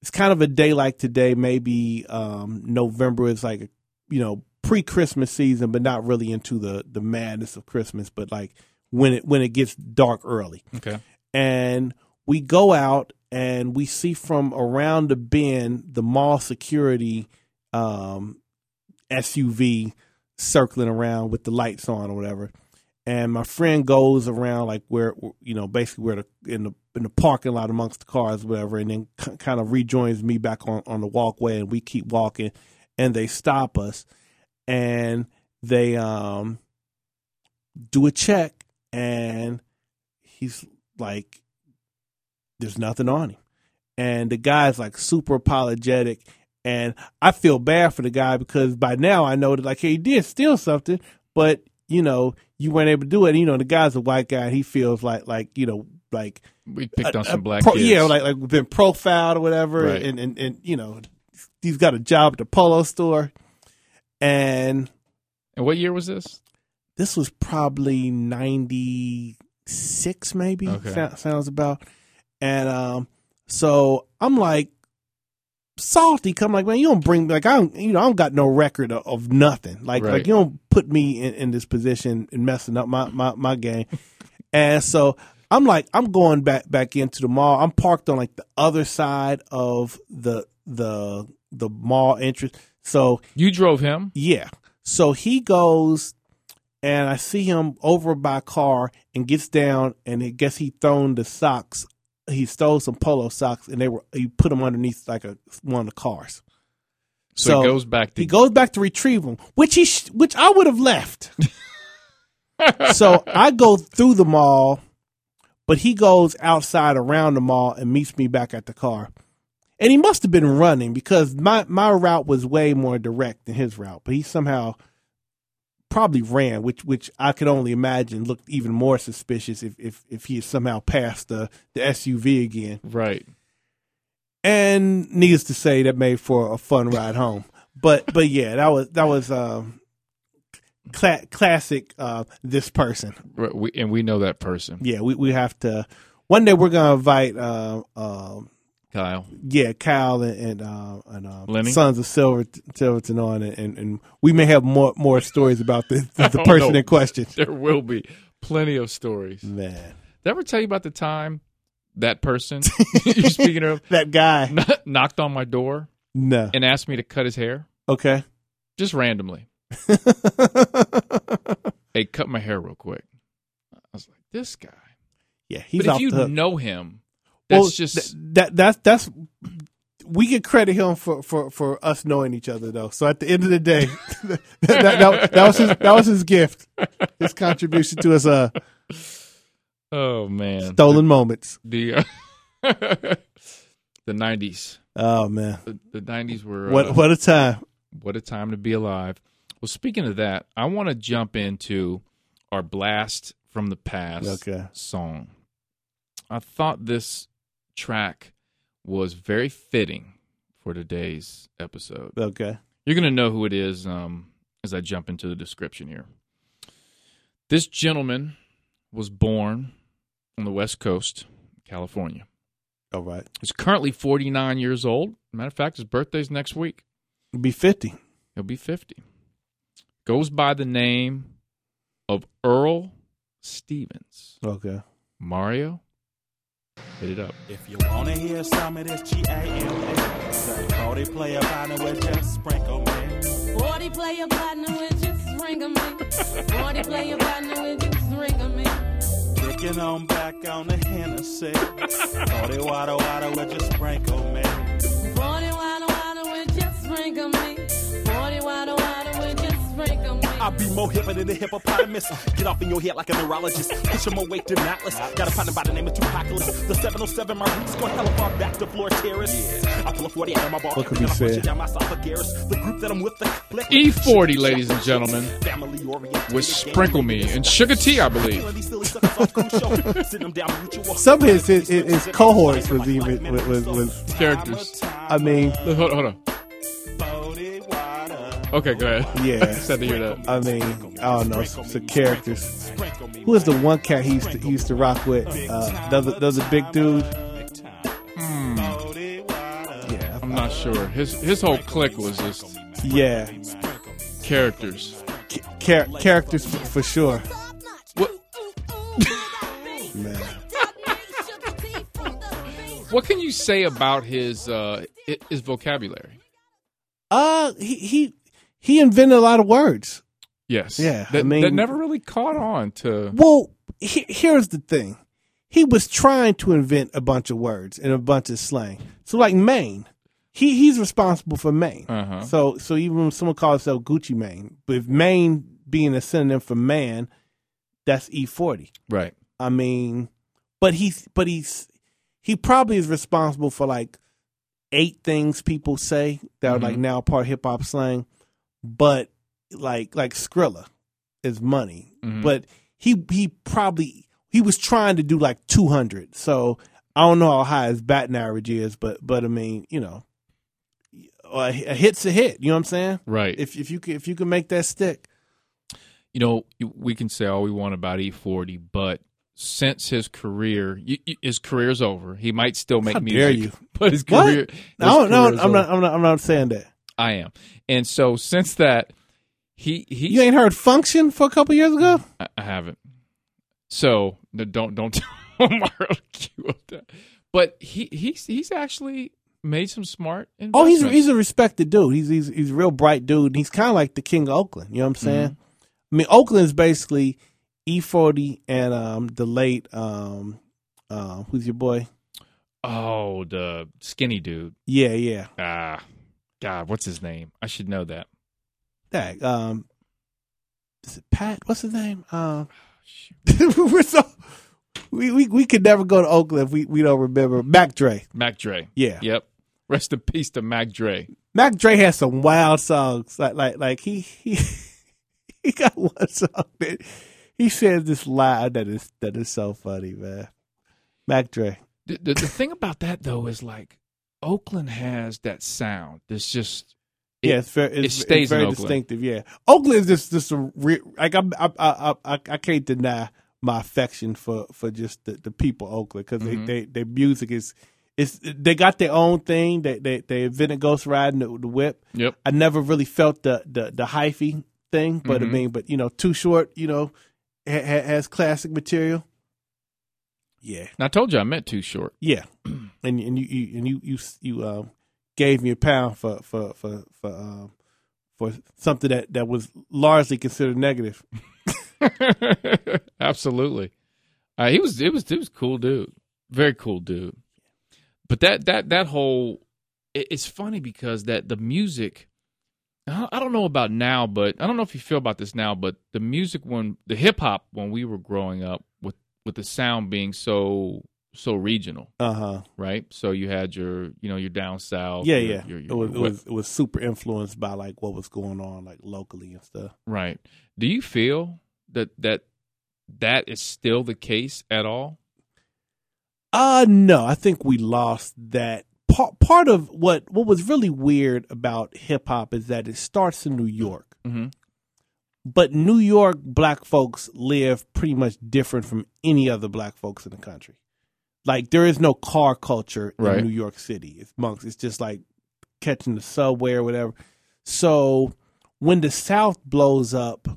S2: it's kind of a day like today maybe um november is like you know pre-christmas season but not really into the the madness of christmas but like when it when it gets dark early
S1: okay.
S2: and we go out and we see from around the bend the mall security um, SUV circling around with the lights on or whatever. And my friend goes around like where you know basically where the in the in the parking lot amongst the cars, whatever, and then k- kind of rejoins me back on on the walkway, and we keep walking, and they stop us, and they um do a check, and he's like there's nothing on him and the guy's like super apologetic and i feel bad for the guy because by now i know that like hey, he did steal something but you know you weren't able to do it and, you know the guy's a white guy and he feels like like you know like
S1: We picked
S2: a-
S1: on
S2: a
S1: some black
S2: uh, pro-
S1: kids.
S2: yeah like like been profiled or whatever
S1: Right.
S2: and, and and you know he's got a job at the polo store and
S1: and what year was this?
S2: this was probably 96 maybe
S1: Okay.
S2: sou- sounds about and um so i'm like salty. Come like, man, you don't bring like I don't you know I don't got no record of, of nothing. Like
S1: Right.
S2: like you don't put me in, in this position and messing up my my my
S1: [laughs]
S2: game. and so I'm like I'm going back back into the mall. I'm parked on like the other side of the the the mall entrance. So
S1: You drove him.
S2: yeah. So he goes and I see him over by a car and gets down and I guess he thrown the socks. He stole some polo socks and they were he put them underneath like a one of the cars.
S1: So, he goes back to
S2: He goes back to retrieve them, which he sh- which I would have left. so I go through the mall, but he goes outside around the mall and meets me back at the car. And he must have been running because my my route was way more direct than his route, but he somehow probably ran, which which I could only imagine looked even more suspicious if if if he had somehow passed the the SUV again.
S1: right.
S2: And needless to say, that made for a fun ride home. But but yeah, that was that was um, cla- classic. Uh, this person,
S1: Right, we, and we know that person,
S2: yeah, we we have to. One day we're gonna invite, uh, uh,
S1: Kyle. [laughs]
S2: yeah, Kyle and and, uh, and uh,
S1: Lenny?
S2: Sons of Silver Silverton on, and, and and we may have more more stories about the
S1: [laughs]
S2: the, the
S1: Oh,
S2: person
S1: no.
S2: in question.
S1: There will be plenty of stories. Did
S2: Man,
S1: I ever tell you about the time that person [laughs] you're speaking of
S2: that guy.
S1: kn- knocked on my door
S2: No,
S1: and asked me to cut his hair
S2: okay. [laughs]
S1: just randomly? Hey, cut my hair real quick. I was like, this guy.
S2: yeah, he's
S1: but
S2: off
S1: if you
S2: the hook.
S1: know him, that's just
S2: th- that that's that's we can credit him for, for, for us knowing each other though. So at the end of the day, [laughs] that, that, that, that was his that was his gift, his contribution to his uh,
S1: oh man
S2: stolen moments.
S1: the uh, [laughs] the nineties.
S2: Oh man,
S1: The nineties were uh,
S2: what what a time!
S1: what a time to be alive. Well, speaking of that, I want to jump into our blast from the past
S2: Okay.
S1: song. I thought this track was very fitting for today's episode.
S2: Okay,
S1: You're going to know who it is um, as I jump into the description here. This gentleman was born on the West Coast, California.
S2: all right,
S1: He's currently 49 years old. Matter of fact, his birthday's next week.
S2: be fifty.
S1: He'll be 50. Goes by the name of Earl Stevens.
S2: Okay,
S1: Mario, hit it up.
S4: If you wanna hear some of this G-A-M-A, say Cody play a vinyl with just sprinkle man.
S5: 40 player partner with just ring of me. 40 player partner with just ring of me.
S4: Kicking on back on the Hennessy. Cody water water with just sprinkle man.
S5: 40 water water with just ring of me. 40 water water with just ring of me.
S4: I be more hipper than the hippopotamus. Get off in your head like a neurologist. Push him awake to Atlas. Got a partner by the name of Tupacalypse. The 707, my roots go hella far back to floor terrace. I pull a 40 out of my bar.
S2: What could
S4: then
S2: be
S4: I punch
S2: said?
S4: it down my esophagus. The group that I'm with, the clique.
S1: E40, E ladies and gentlemen,
S4: Family oriented.
S1: with Sprinkle Me and Sugar Tea, I believe.
S4: [laughs] Some of his, his, his cohorts was even was, was
S1: Characters.
S2: I mean,
S1: Look, Hold, hold on. Okay, go ahead. [laughs]
S2: yeah,
S1: Just had to hear that.
S2: I mean, I don't know, some, some characters. Who is the one cat he used to, he used to rock with? Uh, another another big dude. Hmm. Yeah,
S1: I'm not sure. His his whole clique was just
S2: yeah,
S1: characters.
S2: Char- characters f- for sure.
S1: What
S2: Man.
S1: what can you say about his uh hi- his vocabulary?
S2: Uh, he he he invented a lot of words.
S1: Yes.
S2: Yeah,
S1: That,
S2: I mean-
S1: that never really caught on to
S2: Well, he, here's the thing: he was trying to invent a bunch of words and a bunch of slang. So, like Maine, he he's responsible for Maine.
S1: Uh-huh.
S2: So so even when someone calls himself Gucci Maine, but if Maine being a synonym for man, that's E forty.
S1: right.
S2: I mean, but he's but he's he probably is responsible for like eight things people say that are like now part hip hop slang, but like like Skrilla is money,
S1: Mm-hmm.
S2: but he he probably he was trying to do like two hundred. So I don't know how high his batting average is, but but I mean you know. A a hit's a hit, you know what I'm saying?
S1: Right.
S2: If if you can if you can make that stick,
S1: you know, we can say all we want about E40, E but since his career, y- y- his career's over. He might still make
S2: How
S1: music,
S2: dare you.
S1: [laughs] but his
S2: What?
S1: career.
S2: No,
S1: his
S2: no,
S1: career's
S2: I'm
S1: over.
S2: not. I'm not. I'm not saying that.
S1: I am, and so since that, he he.
S2: You ain't heard "Function" for a couple years ago.
S1: I, I haven't. So no, don't don't [laughs] tell Mario to cue up that. But he he's he's actually made some smart
S2: Oh,
S1: investments.
S2: he's he's a respected dude. He's he's he's a real bright dude. and He's kind of like the king of Oakland. You know what I'm saying? I mean, Oakland's basically E40 and um the late um uh, who's your boy?
S1: oh the skinny dude.
S2: Yeah, yeah.
S1: Ah, God, what's his name? I should know that.
S2: That um is it Pat? What's his name? Um, [laughs]
S1: shoot.
S2: we're so we, we we could never go to Oakland if we we don't remember Mac Dre.
S1: Mac Dre.
S2: Yeah.
S1: Yep. Rest in peace to Mac Dre.
S2: Mac Dre has some wild songs. Like like like he he [laughs] he got one song that he said this line that is that is so funny, man. Mac Dre.
S1: The, the, the thing about that though is like Oakland has that sound. It's just It-
S2: yeah, it's very it's,
S1: it stays
S2: it's very
S1: in Oakland.
S2: distinctive. Yeah, Oakland is just just a re- like I'm, I, I I I I can't deny my affection for for just the, the people of Oakland because
S1: Mhm.
S2: they, they their music is it's they got their own thing. They they they invented Ghost Ride and the, the Whip.
S1: Yep.
S2: I never really felt the the the hyphy thing, but
S1: Mhm.
S2: I mean, but you know, Too Short, you know, ha- ha- has classic material. Yeah,
S1: And I told you I meant too short.
S2: yeah, [clears throat] and and you, you and you you you um gave me a pound for for for for um for something that that was largely considered negative.
S1: [laughs] Absolutely. Uh, he was it was it was a cool dude. Very cool dude. But that that that whole it, it's funny because that the music I don't- I don't know about now, but I don't know if you feel about this now, but the music when the hip hop when we were growing up with with the sound being so so regional,
S2: Uh huh.
S1: right? So you had your you know your down south,
S2: Yeah,
S1: your-
S2: yeah.
S1: your- your-
S2: it was it
S1: your-
S2: was it was super influenced by like what was going on like locally and stuff.
S1: right. Do you feel that that that is still the case at all?
S2: Uh no, I think we lost that part. Part of what what was really weird about hip hop is that it starts in New York,
S1: Mm-hmm.
S2: but New York black folks live pretty much different from any other black folks in the country. Like there is no car culture in
S1: Right.
S2: New York City. It's monks. It's just like catching the subway or whatever. So when the South blows up,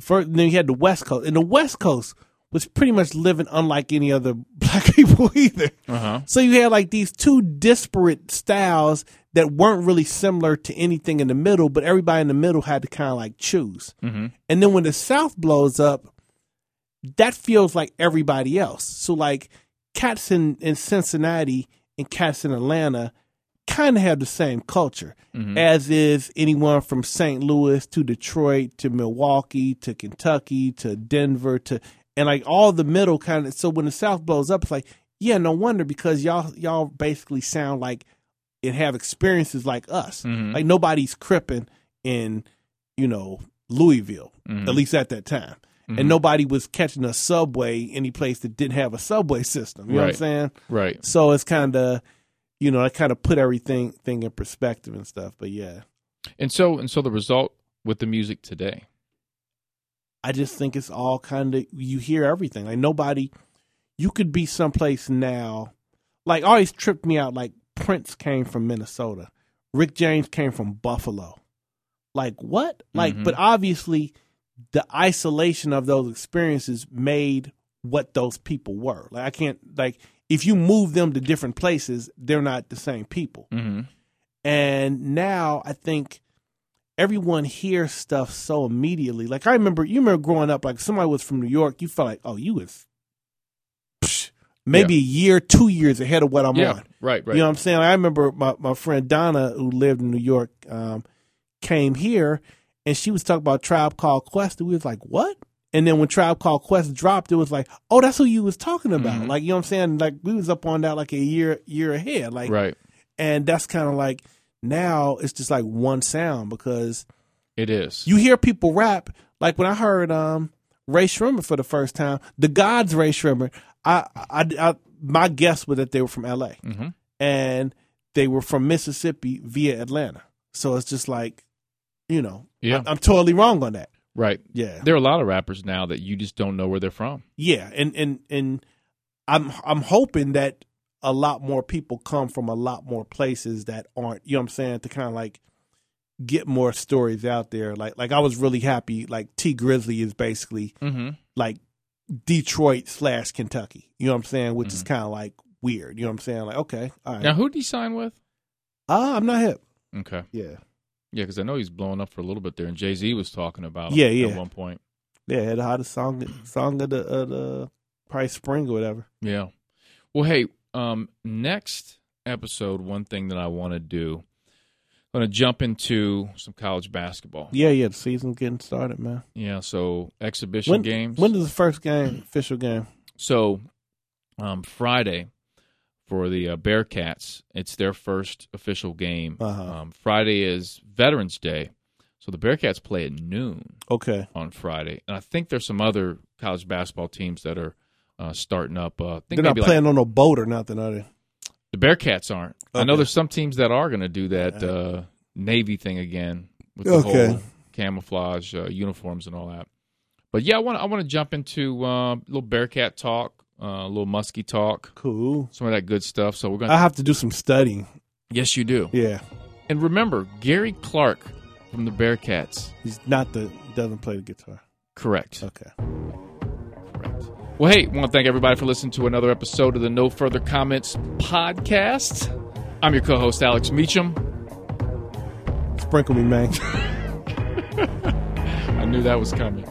S2: first then you had the West Coast, and the West Coast was pretty much living unlike any other [laughs] black people either.
S1: Uh huh.
S2: So you had like these two disparate styles that weren't really similar to anything in the middle, but everybody in the middle had to kind of like choose.
S1: Mm-hmm.
S2: And then when the South blows up, that feels like everybody else. So like cats in, in Cincinnati and cats in Atlanta kind of have the same culture, as is anyone from St. Louis to Detroit to Milwaukee to Kentucky to Denver to and like all the middle kind of. So when the South blows up, it's like yeah, no wonder because y'all y'all basically sound like and have experiences like us.
S1: Mhm.
S2: Like nobody's cripping in you know Louisville
S1: Mm-hmm.
S2: at least at that time. And nobody was catching a subway any place that didn't have a subway system. You know what
S1: Right.
S2: I'm saying?
S1: Right.
S2: So it's kind of, you know, I kind of put everything thing in perspective and stuff. But yeah,
S1: And so and so the result with the music today.
S2: I just think it's all kind of you hear everything. Like nobody, you could be someplace now. Like always tripped me out. Like Prince came from Minnesota, Rick James came from Buffalo. Like what? Like,
S1: Mhm.
S2: but obviously, the isolation of those experiences made what those people were. Like I can't like if you move them to different places, they're not the same people.
S1: Mm-hmm.
S2: And now I think everyone hears stuff so immediately. Like I remember, you remember growing up, like somebody was from New York, you felt like, oh, you was psh, maybe a year, two years ahead of what I'm
S1: Yeah.
S2: on.
S1: Right. Right.
S2: You know what I'm saying? I remember my, my friend Donna, who lived in New York, um, came here and she was talking about Tribe Called Quest. And we was like, what? And then when Tribe Called Quest dropped, it was like, oh, that's who you was talking about.
S1: Mhm.
S2: Like, you know what I'm saying? Like, we was up on that like a year, year ahead. Like,
S1: right.
S2: and that's kind of like now it's just like one sound because
S1: It is.
S2: you hear people rap like when I heard um Ray Shrimmer for the first time, the God's Ray Shrimmer. I, I, I my guess was that they were from L.A.
S1: Mhm.
S2: and they were from Mississippi via Atlanta. So it's just like, you know,
S1: yeah.
S2: I'm totally wrong on that.
S1: Right.
S2: Yeah.
S1: There are a lot of rappers now that you just don't know where they're from.
S2: Yeah, and and and I'm I'm hoping that a lot more people come from a lot more places that aren't you know what I'm saying to kind of like get more stories out there. Like like I was really happy. Like T Grizzly is basically
S1: Mm-hmm.
S2: like Detroit slash Kentucky. You know what I'm saying? Which is kind of like weird. You know what I'm saying? Like okay, all right.
S1: Mm-hmm. Now, who did he sign with?
S2: Ah, I'm not hip.
S1: Okay.
S2: Yeah,
S1: Yeah, because I know he's blowing up for a little bit there, and Jay Z was talking about
S2: Yeah,
S1: him
S2: yeah.
S1: at one point.
S2: yeah. Had the hottest song song of the of the probably spring or whatever.
S1: Yeah. Well, hey, um, next episode, one thing that I want to do, I'm going to jump into some college basketball.
S2: Yeah, yeah. The season's getting started, man.
S1: Yeah, so exhibition
S2: When
S1: games.
S2: when is the first game official game?
S1: So, um, Friday for the uh, Bearcats, it's their first official game.
S2: Uh-huh.
S1: Um, Friday is Veterans Day, so the Bearcats play at noon
S2: Okay.
S1: on Friday, and I think there's some other college basketball teams that are uh, starting up. Uh, I think
S2: They're not
S1: maybe, like,
S2: playing on no boat or nothing, are they?
S1: the Bearcats aren't. I know
S2: Okay.
S1: there's some teams that are going to do that uh, Navy thing again with the
S2: Okay.
S1: whole camouflage uh, uniforms and all that. But yeah, I want I want to jump into uh, a little Bearcat talk, uh, a little Muskie talk.
S2: Cool.
S1: some of that good stuff. So we're going.
S2: I
S1: to
S2: have to do some studying.
S1: yes, you do.
S2: Yeah,
S1: And remember, Gary Clark from the Bearcats.
S2: he's not the doesn't play the guitar.
S1: Correct.
S2: Okay.
S1: Correct. Well, hey, want to thank everybody for listening to another episode of the No Further Comments podcast. I'm your co-host Alex Meacham.
S2: Sprinkle me, man.
S1: I knew that was coming.